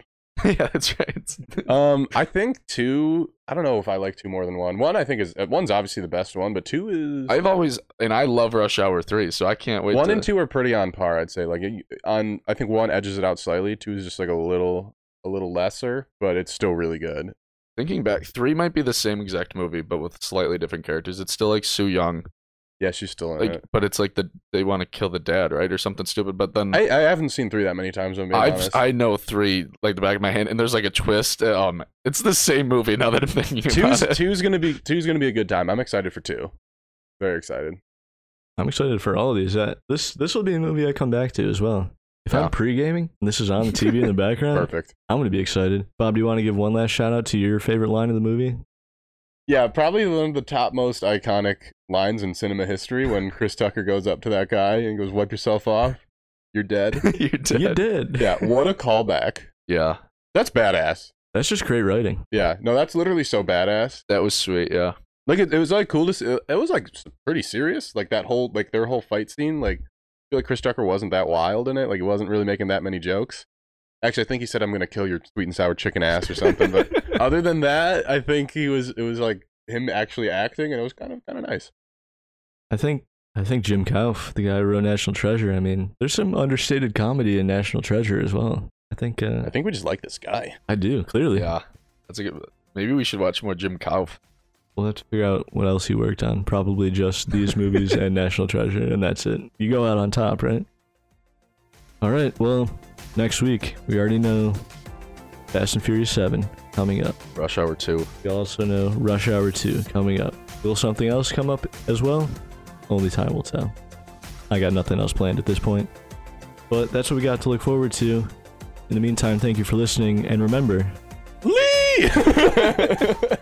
Speaker 9: yeah, that's right. It's-
Speaker 10: Um, I think two. I don't know if I like two more than one. One, I think is uh, one's obviously the best one, but two is
Speaker 9: I've always, and I love Rush Hour 3, so I can't wait
Speaker 10: one
Speaker 9: to,
Speaker 10: and two are pretty on par. I'd say like you- on. I think one edges it out slightly. Two is just like a little a little lesser, but it's still really good.
Speaker 9: Thinking back, 3 might be the same exact movie, but with slightly different characters. It's still like Sue Young.
Speaker 10: Yeah, she's still in
Speaker 9: like,
Speaker 10: it.
Speaker 9: but it's like the they want to kill the dad, right, or something stupid. But then
Speaker 10: I,
Speaker 9: I,
Speaker 10: I haven't seen three that many times. if I'm being
Speaker 9: I've,
Speaker 10: honest.
Speaker 9: I know three like the back of my hand, and there's like a twist. uh, Um, it's the same movie now that I'm thinking
Speaker 10: two's
Speaker 9: about it.
Speaker 10: two's gonna be two's gonna be a good time. I'm excited for two. Very excited.
Speaker 8: i'm excited for all of these that this this will be a movie i come back to as well if
Speaker 9: Yeah.
Speaker 8: i'm pre-gaming and this is on the tv in the background
Speaker 10: Perfect.
Speaker 8: i'm gonna be excited bob do you want to give one last shout out to your favorite line of the movie
Speaker 10: Yeah, probably one of the top most iconic lines in cinema history when Chris Tucker goes up to that guy and goes, "Wipe yourself off, you're dead."
Speaker 9: You're dead.
Speaker 8: you did
Speaker 10: yeah, what a callback.
Speaker 9: Yeah,
Speaker 10: That's badass.
Speaker 8: that's just great writing
Speaker 10: Yeah, no, that's literally so badass.
Speaker 9: that was sweet. Yeah,
Speaker 10: Like it, it was like cool to see. It was like s- pretty serious. Like that whole like their whole fight scene. Like I feel like Chris Tucker wasn't that wild in it. Like he wasn't really making that many jokes. Actually, I think he said, "I'm gonna kill your sweet and sour chicken ass" or something. But other than that, I think he was. It was like him actually acting, and it was kind of kind of nice.
Speaker 8: I think I think Jim Kauf, the guy who wrote National Treasure. I mean, there's some understated comedy in National Treasure as well. I think uh,
Speaker 10: I think we just like this guy.
Speaker 8: I do clearly.
Speaker 9: Yeah, that's a good. Maybe we should watch more Jim Kauf.
Speaker 8: We'll have to figure out what else he worked on. Probably just these movies and National Treasure, and that's it. You go out on top, right? All right. Well, next week we already know Fast and Furious Seven coming up.
Speaker 9: Rush Hour Two.
Speaker 8: We also know Rush Hour 2 coming up. Will something else come up as well? Only time will tell. I got nothing else planned at this point. But that's what we got to look forward to. In the meantime, thank you for listening, and remember,
Speaker 10: Lee.